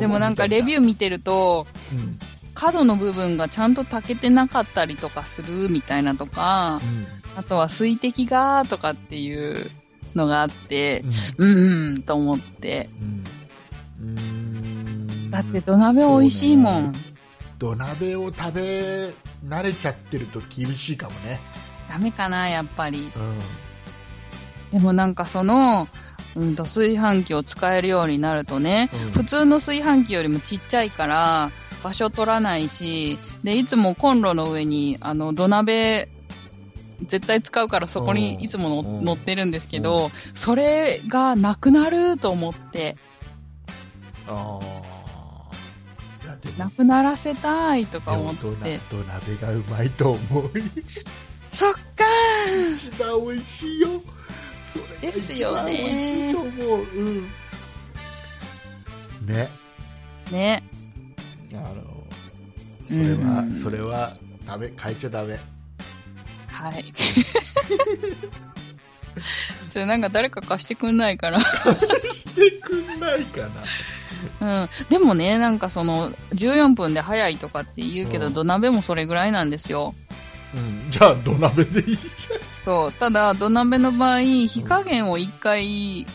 でもなんかレビュ
ー、
ー見てると、
うんうん
角の部分がちゃんと炊けてなかったりとかするみたいなとか、あとは水滴がとかっていうのがあって
う、ん
うん、うん、と思って。
うんうーん
だって土鍋美味しいもん。
土鍋を食べ慣れちゃってると厳しいかもね、
ダメかな、やっぱり。
う
で
ん、
もなんかその、うんと炊飯器を使えるようになるとね、
うん
普通の炊飯器よりもちっちゃいから、場所取らないし、で、いつもコンロの上に、あの、土鍋、絶対使うからそこ
うん
にいつもの
うん
乗ってるんですけど、それがなくなると思って、
ああいやで
な
も
くならせたいとか思っ
でも
て、
土な土鍋がうまいと思う
そっかー
一番美味しいよそれが
です
一
よ
番美味し
ね
いと思う、うん、ね
ね。
あのそれは、
うん
それはダメ変えちゃダメ
はい。 <laughs> ちょ、なんか誰か貸してくんないから。
してくんないかな
うん、でもね、なんかその、14分で早いとかって言うけど、
うん
土鍋もそれぐらいなんですよ。
うんじゃあ土鍋でいいじ
そう。ただ、土鍋の場合、火加減を1回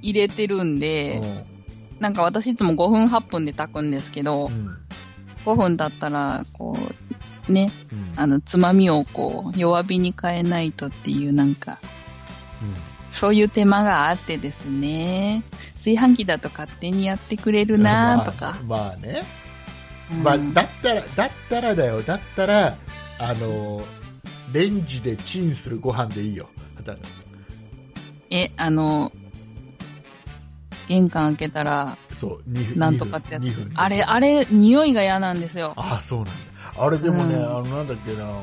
入れてるん
ゃ
で
ん、、
なんか私いつも5分8分で炊くんですけど
う、ん
5分経ったら、こう、ね、
うん
あの、つまみをこう、弱火に変えないとっていう、なんか、
うん
そういう手間があってですね、炊飯器だと勝手にやってくれるなとか。
まあ、まあね、
うん
<laughs> まあ、だったらだったらだよだったらあのレンジでチンするご飯でいいよ畑中
え、あの、玄関開けたら、
そう2分
なんとかってやつ
2分2分
あれ、あれ、匂いが嫌なんですよ。
あそうなんだあれでもね、
うん
あのなんだっけなあの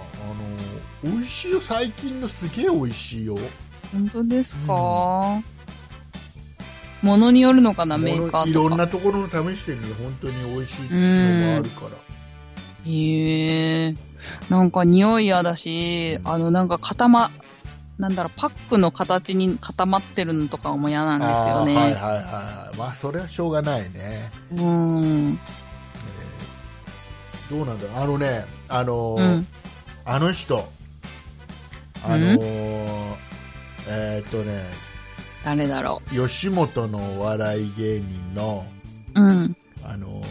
美味しいよ最近のすげえ美味しいよ
本当ですか、ものによるのかな、メーカ
もの
ー
いろ
と
ん
か。
なところの試してるの本当に美味しいのがあるから
へえ。なんか匂い嫌だし、あの、なんか固ま、なんだろう、パックの形に固まってるのとかも嫌なんですよね。
あーはいはいはいまあそれはしょうがないね
うん。
どうなんだろうあのねあの
う
ー、
ん。
あの人あのーえーっとね
誰だろ
吉本のお笑い芸人の
う。うん。
あのー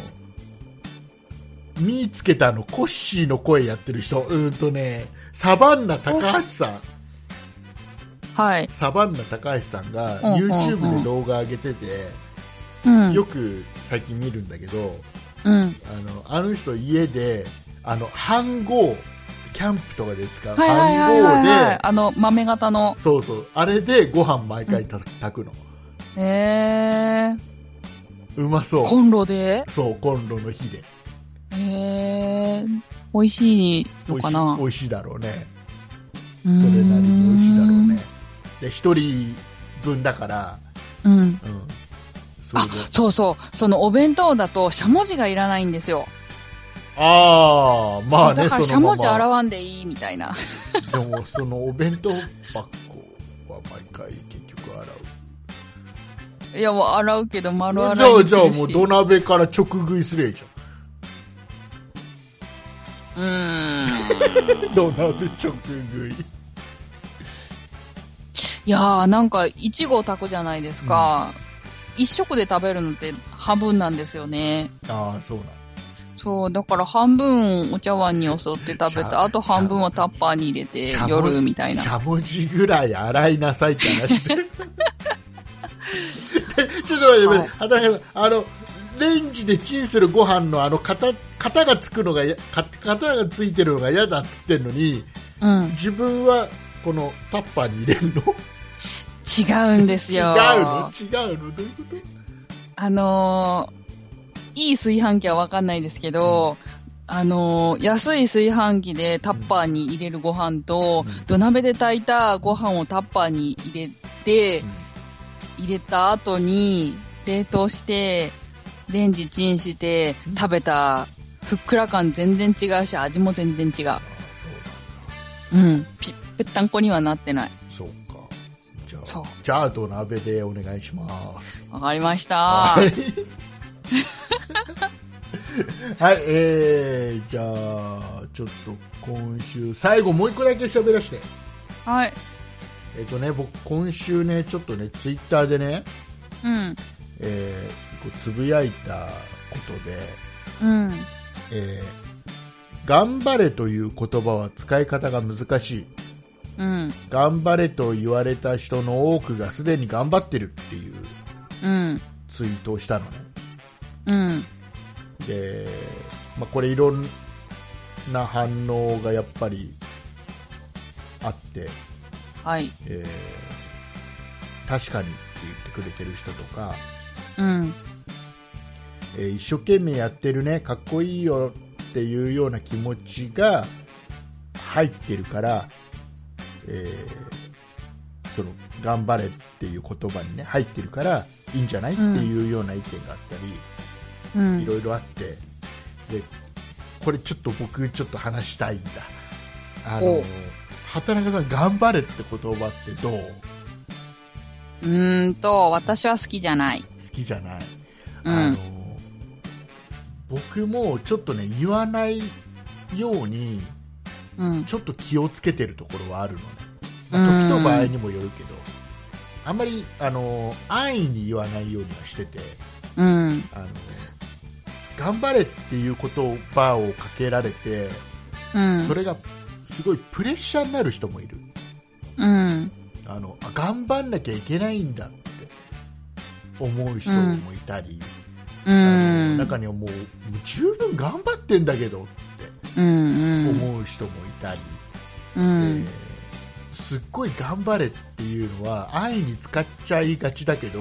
見つけたのコッシーの声やってる人うーんとねサバンナ高橋さん
はい。
サバンナ高橋さんが
うんうんうん
YouTube で動画上げてて、
うん。
よく最近見るんだけど
うん。
あのあの人家であの飯盒キャンプとかで使う
はいはいはいはい、はい
飯。
あの、豆型の。
盒でそうそうあれでご飯毎回た炊くの、
へえ。
うまそ
コンロで
うそうコンロの火で
へえ。美味しい
美
の
味
か
し
ない
美味しいだろうね
そ
それなりに美味しいだろうね。で一人分だから
うん。
うんそれ
あ
で、
そうそう。そのお弁当だと、しゃもじがいらないんですよ。
ああーまあね
だからし
そ
ゃ
のま
も
ま
じ洗わんでいいみたいな。
でもそのお弁当箱は毎回結局洗う
いや、もう洗うけど丸
じ
洗
ゃ
い
あ
でき
じ
る
ゃ
し。
あもう土鍋から直食いすりゃいいじ
うーん。
ゃん <laughs> 土鍋直食い
いやー、なんか、いちご炊くじゃないですか。一食で食べるのって半分なんですよね。
ああそうなん
そう、だから半分お茶碗によそって食べて、
しゃ
あと半分はタッパーに入れて
しゃ、も
夜みたいな
し。ゃもじぐらい洗いなさいって話
<laughs>
ででちょっと待って、
はい
働き方あのレンジでチンするご飯のあの型型がつくのがやか型がついてるのが嫌だっつってんのに
うん。
自分はこのタッパーに入れるの
違うんです
違
よ。
うの違うのどういうこと
あのーいい炊飯器はわかんないですけど、あのー安い炊飯器でタッパーに入れるご飯と、
うん
土鍋で炊いたご飯をタッパーに入れて、入れた後に、冷凍して、レンジチンして、食べた、ふっくら感全然違うし、味も全然違う
あ。あ
うん。ぴぺったんこにはなってない。
そうなんだそうかじゃあ
そう
じゃあ土鍋でお願いします
わかりました。
<laughs> はいはいえー、じゃあちょっと今週最後もう一個だけ喋らして
はい。
えっ、とね僕今週ねちょっとねツイッターでね、
うん。
えー、こうつぶやいたことで、
うん。
えー頑張れという言葉は使い方が難しい
うん。
頑張れと言われた人の多くがすでに頑張ってるっていう
うん。
ツイートをしたのね
うん。
で、まあ、これいろんな反応がやっぱりあって、
はい。
えー確かにって言ってくれてる人とか、
うん。
えー一生懸命やってるねかっこいいよっていうような気持ちが入ってるから、えーその頑張れっていう言葉に、ね、入ってるからいいんじゃないって
うん
いうような意見があったり。
う
い
ん。
ろいろあってでこれちょっと僕ちょっと話したいんだあ
お
の
う
畑中さん頑張れって言葉ってどう好
うーんと、私は好きじゃない。
きじゃない、
うん
あの僕もちょっとね言わないように
うん。
ちょっと気をつけてるところはあるのね、まあ時と場合にもよるけどあんまりあの安易に言わないようにはしてて
うん。
あの頑張れっていう言葉をかけられて
うん
そ。れがすごいプレッシャーになる人もいる
うん。
あのあ頑張んなきゃいけないんだって思う人もいたり、
う
あの
ん。
中にはもうもう十分頑張ってんだけどって
うん。うん。
思う人もいたり、
う
え
ん。
ーすっごい頑張れっていうのは安易に使っちゃいがちだけど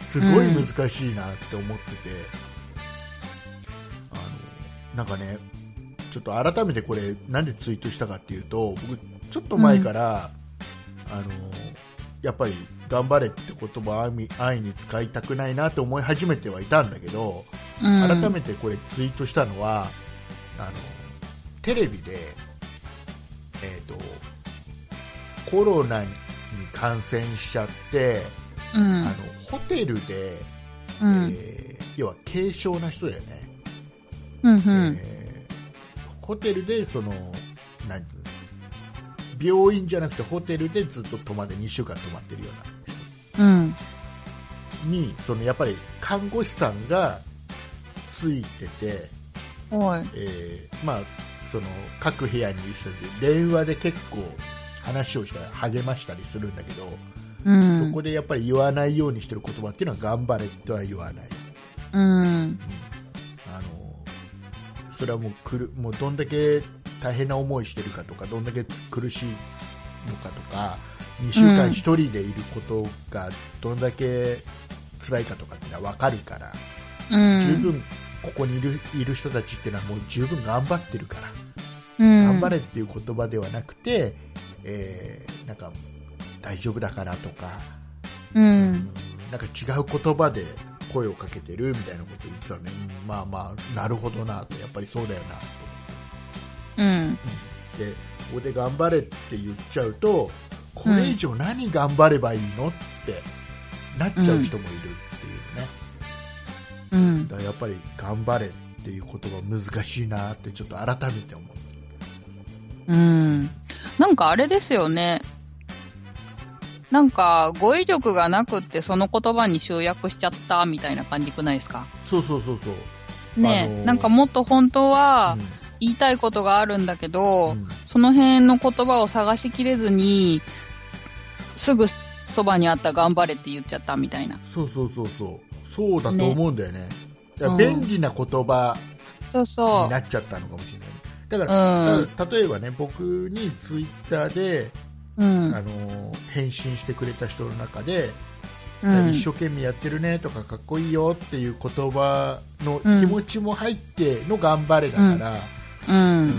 すごい難しいなって思ってて、あのなんかねちょっと改めてこれなんでツイートしたかっていうと僕ちょっと前から、あのやっぱり頑張れって言葉を安易安易に使いたくないなと思い始めてはいたんだけど、
うん、
改めてこれツイートしたのはあのテレビで、えー、とコロナに感染しちゃって、
うん
あのホテルで、
うん
えー要は軽症な人だよね、
うんうん
えーホテルでそのなんていうの病院じゃなくてホテルでずっと泊まって2週間泊まってるような
うん
にそのやっぱり看護師さんがついてて、
おい
えーまあ、その各部屋にいる人で電話で結構話をして励ましたりするんだけど、
う
そ
ん
こでやっぱり言わないようにしてる言葉っていうのは頑張れとは言わない。
うん
あのそれはもうくるもうどんだけ大変な思いしてるかとかどんだけ苦しいのかとか2週間1人でいることがどんだけ辛いかとかっていうのは分かるから、
うん
十分ここにいるいる人たちっていうのはもう十分頑張ってるから、
うん
頑張れっていう言葉ではなくて、えーなんか大丈夫だからとか、
う
うんんなんか違う言葉で声をかけてるみたいなこと言ってたのね、うんまあまあ、なるほどなと、やっぱりそうだよな
うん
と。で、ここで頑張れって言っちゃうと、これ以上何頑張ればいいのってなっちゃう人もいるっていうね。
うん
だからやっぱり頑張れっていう言葉難しいなってちょっと改めて思う。
うんなんかあれですよね。なんか、語彙力がなくってその言葉に集約しちゃったみたいな感じくないですか
そうそうそうそう。
ね、
あのー
なんかもっと本当は
うん
言いたいことがあるんだけど、
うん
その辺の言葉を探しきれずに、すぐそばにあった頑張れって言っちゃったみたいな。
そうそうそうそう。そうだと思うんだよね。だから
うん
便利な言葉
そう
に
そ
なっちゃったのかもしれない。だか
う。
ら
う、ん。
た例えばね僕にツイッターで、
うん
あ。の返信してくれた人の中で、
うん
一生懸命やってるねとかかっこいいよっていう言葉の気持ちも入っての頑張れだから、
う
うー
ん。
ん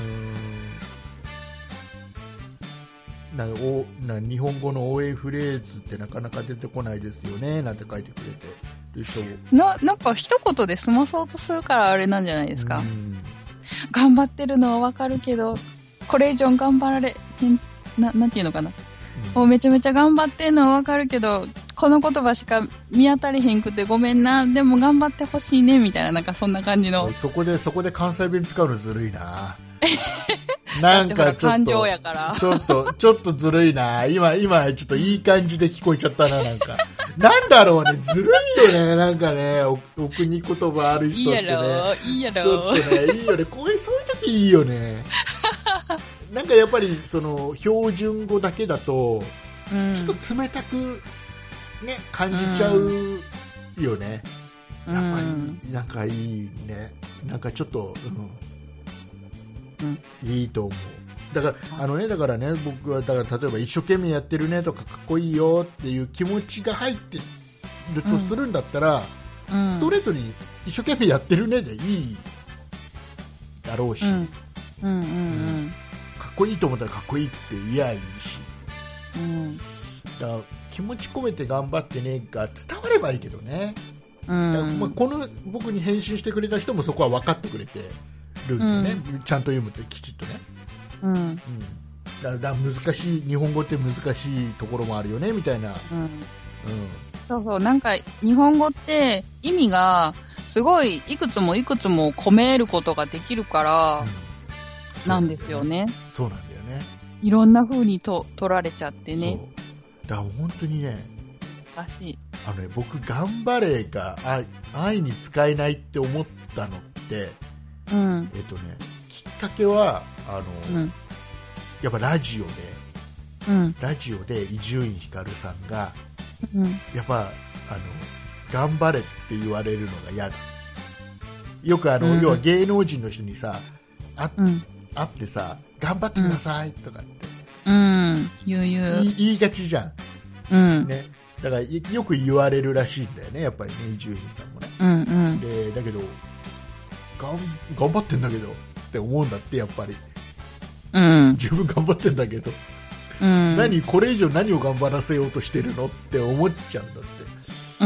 なんかおなんか日本語の応援フレーズってなかなか出てこないですよねなんて書いてくれてる人
な、なんか一言で済まそうとするからあれなんじゃないですか。
うん
頑張ってるのはわかるけど、これ以上頑張られ、んな、なんていうのかな。もうめちゃめちゃ頑張ってんのはわかるけど、この言葉しか見当たりへんくてごめんな、でも頑張ってほしいね、みたいな、なんかそんな感じの。
そこでそこで関西弁使うのずる
<laughs>
いななんかちょっ
感情
と
やから。
ちょっと、ちょっとずるいな。今、今、ちょっといい感じで聞こえちゃったな、なんか。なんだろうね、ずるいよね、なんかね、おお国言葉ある
いい
人っ
や
てね。
ろ、いいや
ちょ
ろ
っ。とね、いいよね。こういう、そういう時いいよね。なんかやっぱり、その、標準語だけだと、
うん
ちょっと冷たく、ね、感じちゃうよね。
う
やっぱ
ん。
り、なんかいいね。なんかちょっと、うん。いいと思う。だから、あのね、だからね、僕は、だから、例えば、一生懸命やってるねとか、かっこいいよっていう気持ちが入ってるとするんだったら、
うん
ストレートに、一生懸命やってるねでいいだろうし、
うん。うん
かっこいいと思ったらかっこいいって言いゃいいし、
うんうん。
だから気持ち込めて頑張ってねが伝わればいいけどね。
う
だからまあ
ん。
この僕に返信してくれた人もそこは分かってくれてるんでね、ちゃんと読むときちっとね、
うん。
うん、だだから難しい日本語って難しいところもあるよねみたいな、
うん。
う
そうそう、なんか、日本語って意味が、すごい、いくつもいくつも込めることができるから
ん、
なんですよね。
そうなんだよね
いろんな風にと取られちゃってね。
そうだから本当にね
らしい。
あのね僕頑張れがあ愛に使えないって思ったのって
うん。
えっとねきっかけはあ
う
の、
ん。
やっぱラジオで
うん。
ラジオで伊集院光さんが
うん。
やっぱあの頑張れって言われるのが嫌だよくあの、
うん
要は芸能人の人にさあ
うん。
会ってさ頑張ってくださいとかって
うん。ゆうゆ
言い,、
う。
言いがちじゃ
うん
ん、。ね、だからいよく言われるらしいんだよねやっぱりね伊集院さんもね
うん。うん。
でだけどがん頑張ってんだけどって思うんだってやっぱり
うん。
十分頑張ってんだけど
うん。
何これ以上何を頑張らせようとしてるのって思っちゃうんだって
う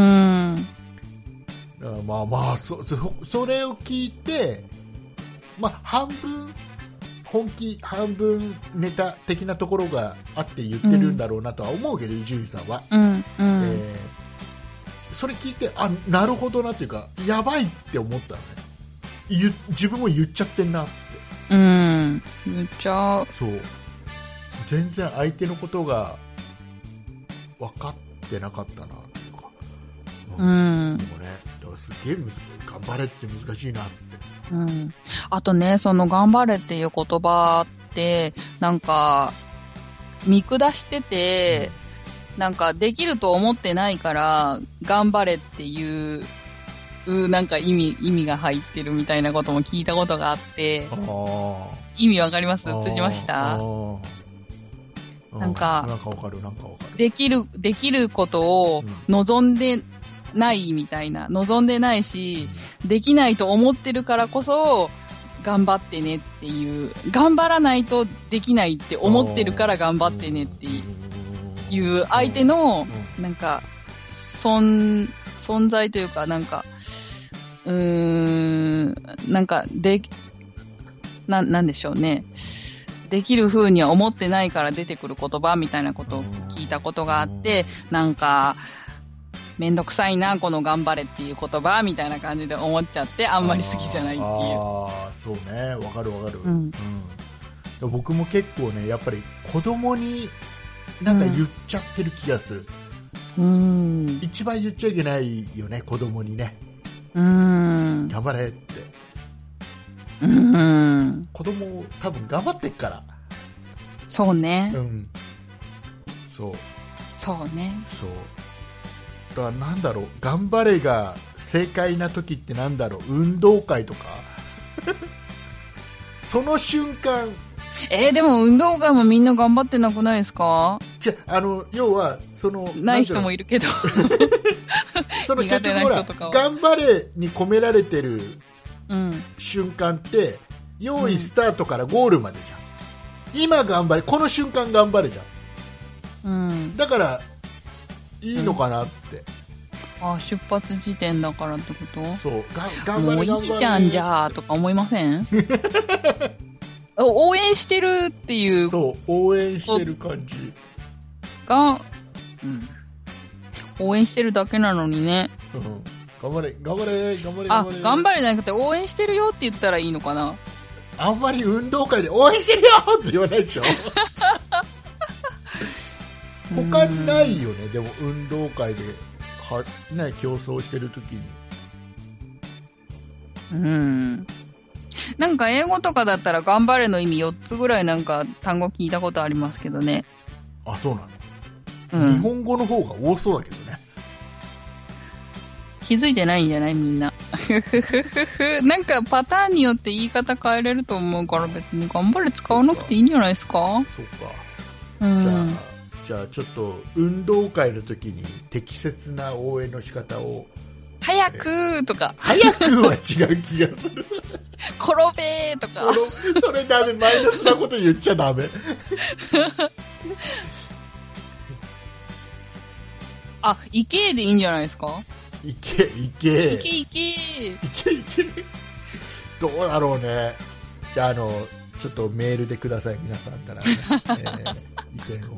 ん。
だからまあまあそそそれを聞いて、まあ、半分本気半分ネタ的なところがあって言ってるんだろうなとは思うけど伊集院さんは、
うん。う
え
ん。
ーそれ聞いてあなるほどなというかやばいって思ったのね言自分も言っちゃってんなって
うん。言っちゃう。
そう全然相手のことが分かってなかったなというか、
うん
で。もねだからすげえ難しい頑張れって難しいなって
うん。あとね、その頑張れっていう言葉って、なんか、見下してて、なんかできると思ってないから、頑張れっていう、うなんか意味、意味が入ってるみたいなことも聞いたことがあって、
あ
意味わかります
あ。
通じました
あーう
なんか
なんかわかる、なんかわかる。
できる、できることを
うん
望んでないみたいな、望んでないし、できないと思ってるからこそ、頑張ってねっていう、頑張らないとできないって思ってるから頑張ってねっていう相手の
うん、、
なんか、存、存在というか、なんか、うーん、なんか、で、な、なんでしょうね。できる風には思ってないから出てくる言葉みたいなことを聞いたことがあって、なんか、めんどくさいな、この頑張れっていう言葉みたいな感じで思っちゃって、あんまり好きじゃないっていう。
ああ、そうね、わかるわかる。
うん
で僕も結構ね、やっぱり子供に、なんか言っちゃってる気がする。
うーん。
一番言っちゃいけないよね、子供にね。
うーん。
頑張れって。
うーん。
子供、多分頑張ってっから。
そうね。
うん。そう。
そうね。
そうだからなんだろう頑張れが正解な時ってなんだろう運動会
<laughs>
とかその瞬間
えーでも運動会もみんな頑張ってなくないですか
じゃあの要はその
ない人も
い
いるけ
<laughs>
ど。
その
苦
結
手
局
な
ほ
人
ら
とかは
頑張れに込められてる
うん。
瞬間って用意スタートからゴールまでじゃん、今頑張れこの瞬間頑張れじゃん
うん。
だからいいのかなって、
あ、出発時点だからってこと
そうが頑張
も
れ
う
頑張れ
いいじゃんじゃあとか思いませ
<laughs>
んお応援してるっていう
そう応援してる感じ
が、うん。応援してるだけなのにね。
うん頑張れ、頑張れ、頑張れ、
あ、頑
れ。
張れじゃなくて応援してるよって言ったらいいのかな
あんまり運動会で応援してるよって言わないで
<laughs>
しょ。他にないよね、でも運動会で、は、ね、競争してる時に。
うん。なんか英語とかだったら頑張れの意味4つぐらいなんか単語聞いたことありますけどね。
あ、そうなの、
う
日
ん。
本語の方が多そうだけどね。
気づいてないんじゃないみんな。 <laughs> ふふふふふ。なんかパターンによって言い方変えれると思うから別に頑張れ使わなくていいんじゃないですか
そっか。
う
じゃあ、
ん。
じゃあちょっと、運動会の時に適切な応援の仕方を、
早くとか、
早くは違う気が
<laughs>
する。
転べーと
こ
か。
のそれダメ、マイナスなこと言っちゃダメ。
あ、行けーでいいんじゃないですか
いけ、いけ。
行け行け
いけるいけるどうだろうねじゃああのちょっとメールでください皆さんからね、
<laughs>
えー意見を教えてくださ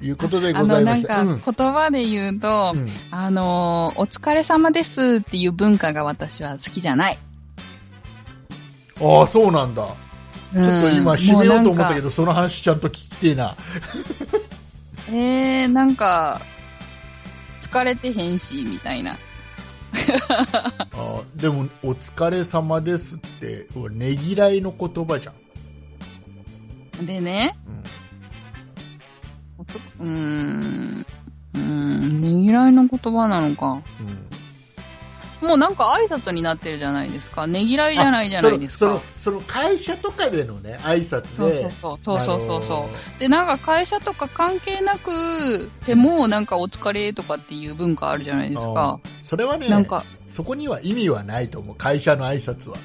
いいうことで
ー。あ
ござ
の、
い
な
ま
ん
して
か、
うん
言葉で言うと、
うん
あのーお疲れ様ですっていう文化が私は好きじゃない。
ああそうなんだ、
うん
ちょっと今締めようと思
もう
ったけ
なんか
どその話ちゃんと聞きてえな
えー、なんか、疲れてへんし、みたいな。
あーでも「お疲れ様です」ってねぎらいの言葉じゃん、
でね、
うん
おつうーん、うーん、ねぎらいの言葉なのか。
うん
もうなんか挨拶になってるじゃないですか。ねぎらいじゃないじゃないです
そ
か。
のそのその会社とかでのね挨拶
そう
で
そうそう。そうそうそうそう。
あのー
で、なんか会社とか関係なく、でもなんかお疲れとかっていう文化あるじゃないです
あ
か。
ーそれはね
なんか、
そこには意味はないと思う会社の挨拶は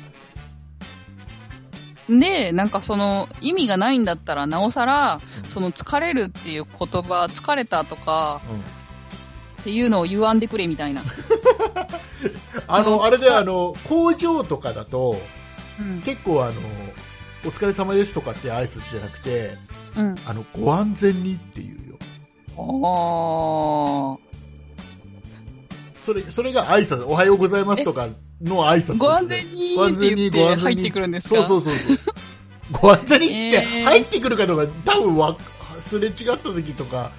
で、なんかその意味がないんだったら、なおさら、
うん
その疲れるっていう言葉、疲れたとか
うん
っていうのを言わんでくれみたいな。
あ
うん
の、あれで、あの、工場とかだと、
うん。
結構あの、お疲れ様ですとかって挨拶じゃなくて、
うん。
あの、ご安全にっていうよ。
ああ。
それ、それが挨拶、おはようございますとかの挨拶ですね、
ご安全にって言って入ってくるんですか
そうそうそうそう。ご安全にって
えー
入ってくるかどうか、多分わ、すれ違った時とか、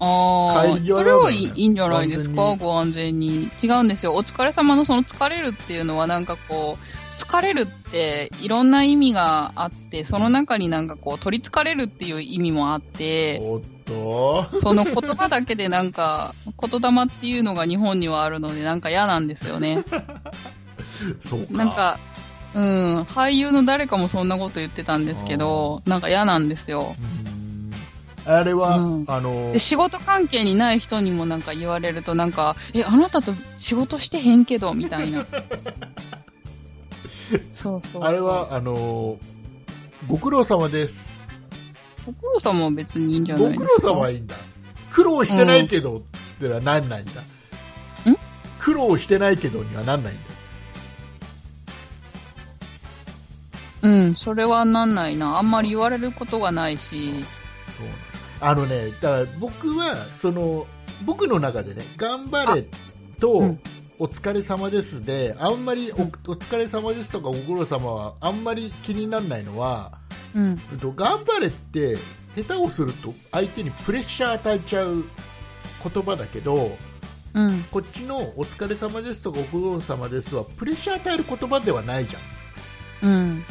ああ
開、業
そ
なの
れは
ね
いいいいんじゃないですか
完全に
ご安全に。違うんですよ。お疲れ様のその疲れるっていうのはなんかこう、疲れるっていろんな意味があって、その中になんかこう、取り憑かれるっていう意味もあって、
おっと、
その言葉だけでなんか、言霊っていうのが日本にはあるのでなんか嫌なんですよね。
そうか。
なんか、うん、俳優の誰かもそんなこと言ってたんですけど、なんか嫌なんですよ。
うーんあれは、
うん
あの
で、仕事関係にない人にもなんか言われるとなんか、え、あなたと仕事してへんけど、みたいな。 <laughs> そうそう。
あれは、あの、ご苦労様です。
ご苦労さんも別にいいんじゃな
ご
いです
苦
か。
労様はいいんだ。苦労してないけどってのはなんないんだ。
ん
苦労してないけどにはなんないんだ。
うん、それはなんないな。あんまり言われることがないし。
そうあのね、だから僕は、その、僕の中でね、頑張れと、
うん
お疲れ様ですで、あんまりおお疲れ様ですとかご苦労様はあんまり気にならないのは、
うん。
えっと頑張れって下手をすると相手にプレッシャー与えちゃう言葉だけど、
うん。
こっちのお疲れ様ですとかご苦労様ですはプレッシャー与える言葉ではないじゃん。
うん。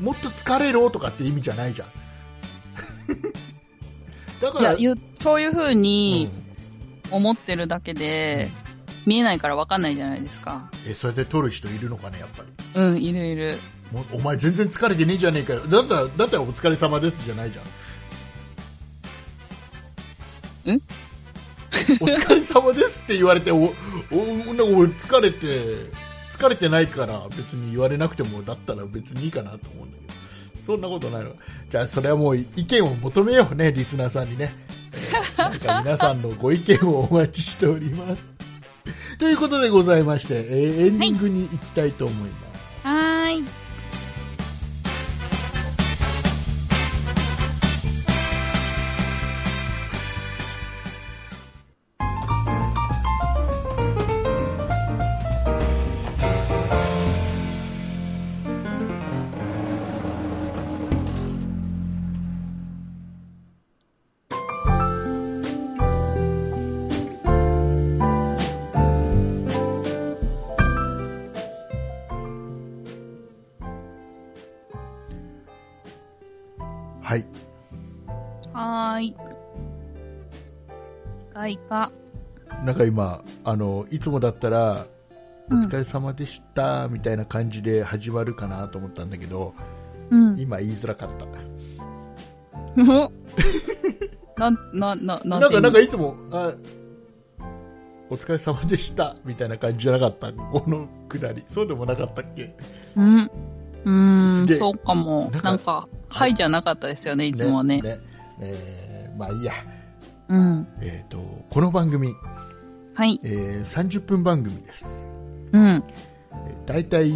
もっと疲れろとかって意味じゃないじゃん。だか
い
ら、
や、言うそういう風に
うん
思ってるだけで、見えないからわかんないじゃないですか。
えそれで取る人いるのかね、やっぱり。
うん、いるいる。
もうお前全然疲れてねえじゃねえかよ。だったら、だったらお疲れ様ですじゃないじゃん。
ん
<laughs> お疲れ様ですって言われて、お、お、なんか俺疲れて、疲れてないから別に言われなくても、だったら別にいいかなと思うんだけど。そんなことないの。じゃあそれはもう意見を求めようね、リスナーさんに <laughs> ね。えーなんか皆さんのご意見をお待ちしております。ということでございまして、えーエンディングに行きたいと思います。
はーい。
はい。
はーい。外貨。
なんか今あのいつもだったら「お
うん
疲れ様でした」みたいな感じで始まるかなと思ったんだけど、
うん。
今言いづらかった
お <laughs> な、な、な、な
なんかなん
か
かいつも「あお疲れ様でした」みたいな感じじゃなかったこのくだりそうでもなかったっけ
うん。うー
すげえ
ん、そうかも。
なんか
なんか、はいじゃなかったですよね、いつもはね。
えーまあいいや、
うん。
えー、とこの番組、
はい。
えー30分番組です、
うん。
えー、大体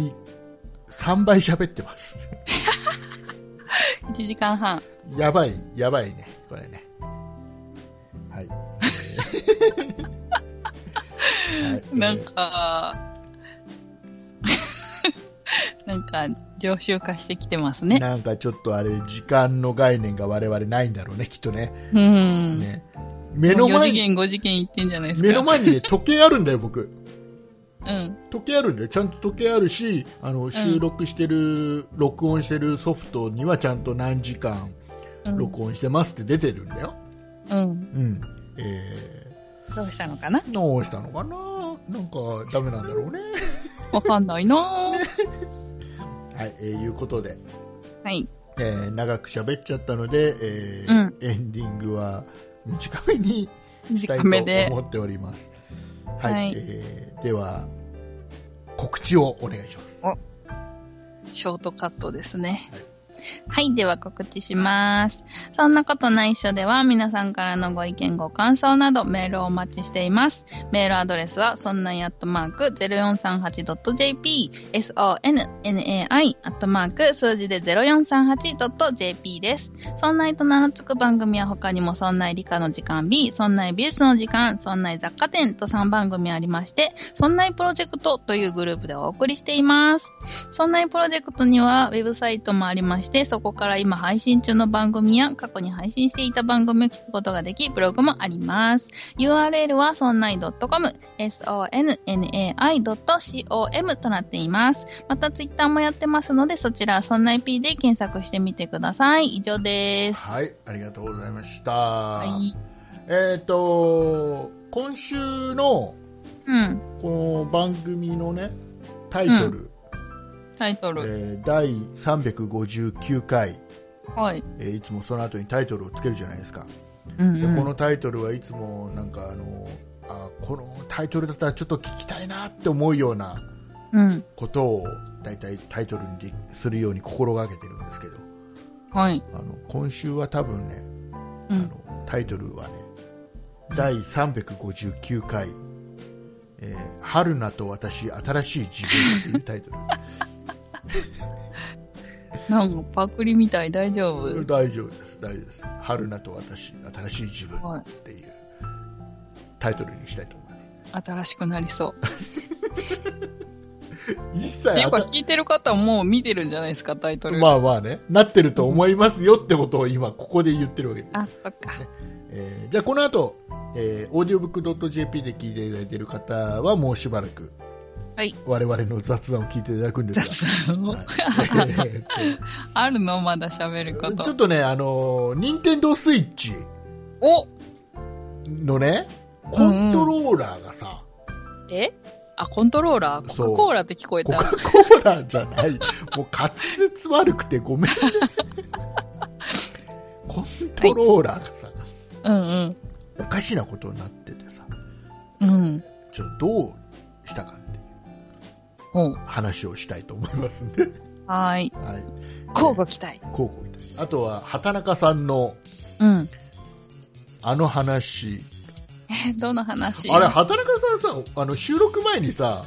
3倍喋ってます
1時間半。
やばいやばいねこれね
<laughs>
はいはい
なんか、 <laughs> なんか、常習化してきてますね。
なんかちょっとあれ、時間の概念が我々ないんだろうね、きっとね。
うん。
ね目
も
の
う4
前
次
に、
元、5次元行ってんじゃないですか。
目の前にね、時計あるんだよ、僕。
うん。
時計あるんだよ。ちゃんと時計あるし、あの、収録してる、録音してるソフトにはちゃんと何時間
うん。
録音してますって出てるんだよ。
うん。
うん。え
どうしたのかな
ー、どうしたのかななんか、ダメなんだろうね。
わかんないなぁ。
はい、えー、いうことで、
はい。
えー、長く喋っちゃったので、え
う
ー
ん
エンディングは短めにしたい
短めで
と。思っております。はい、
はい
えーでは告知をお願いします。
ショートカットですね。はい、では告知します。そんなことないっしょでは、皆さんからのご意見、ご感想などメールをお待ちしています。メールアドレスは、そんないアットマーク 0438.jp、sonnai アットマーク数字で 0438.jp です。そんないと名の付く番組は他にも、そんない理科の時間 B、そんない美術の時間、そんない雑貨店と3番組ありまして、そんないプロジェクトというグループでお送りしています。そんないプロジェクトにはウェブサイトもありまして、そこから今配信中の番組や過去に配信していた番組を聞くことができ、ブログもあります。URL はそんない .com、sonnai.com となっています。またツイッターもやってますので、そちらはそんない P で検索してみてください。以上です。
はい、ありがとうございました。
はい。
えっ、と、今週の
うん。
この番組のね、タイトル、
タイトル。
えー第359回、
はい。
えーいつもその後にタイトルをつけるじゃないですか。
うん
で
うん
このタイトルはいつもなんかあの、あこのタイトルだったらちょっと聞きたいなって思うような
うん。
ことを大体タイトルにでするように心がけてるんですけど、
はい。
あの今週は多分ね、
う
あ
ん。
のタイトルはね第359回、えー春菜と私新しい自分」と
<laughs>
いうタイト
なんかパクリみたい大丈夫
ル大丈夫です大丈夫です春菜と私新しい自分
はい
っていうタイトルにしたいと思います
新しくなりそう。
一切
っていう
あ
か、
た
聞いてる方ももう見てるんじゃないですか、タイトル。
まあまあねなってると思いますよってことを今ここで言ってるわけです
あ、そっか。
えーじゃあこの後、えー、audiobook.jp で聞いていただいている方はもうしばらく、
<laughs> はい
我々の雑談を聞いていただくんです
雑談
が、
を。
は
<laughs>
いえーっ
あるのまだ喋ること
ちょっ
と。
とね、あのー、任天堂スイッチ
お
のね、コントローラーがさ、
えあ、コントローラーコ
そう
カ・コーラって聞こえ
コ
た。
カ・コーラじゃない、もう滑舌悪くて
<laughs>
ごめんね。コントローラーがさ、
うん
おかしなことになっててさ、
うん。うん。
ちょっとどうしたかっていう
ほう。
話をしたいと思います
<laughs>
んで、
はーい。
はい。
交互期待。
候補いたしあとは畑中さんの
うん。
あの話
え、どの話
あれ畑中さんさあの収録前にさ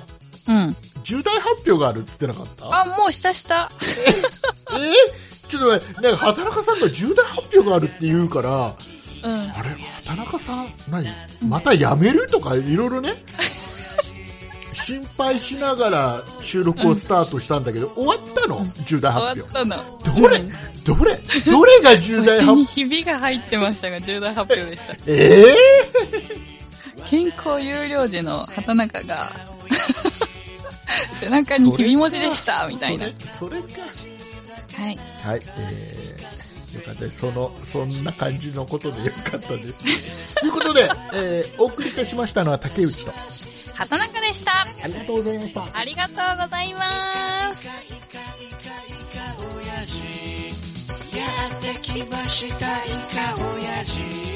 うん。
重大発表があるっつってなかった
あ、もうしたした。
えーちょっと待ってなんか畑中さんが重大発表があるって言うから
うん。
あれ畑中さん何また辞めるとかいろい
<laughs>
ろね心配しながら収録をスタートしたんだけど、終わったの重大
終
発
わっ
表
たの。
どれどれどれが重大
口
発
に
表
ひびが入ってましたが、重大発表でした。
えー
健康有料時の畑中が、背中にひび文字でした、みたいな。は
それそれか
い。
はい、えー、よかったです。その、そんな感じのことでよかったです。ということで、えー、お送りいたしましたのは竹内と。
畑中でした。
ありがとうございました。
ありがとうございます。
やってきましたイカオヤジ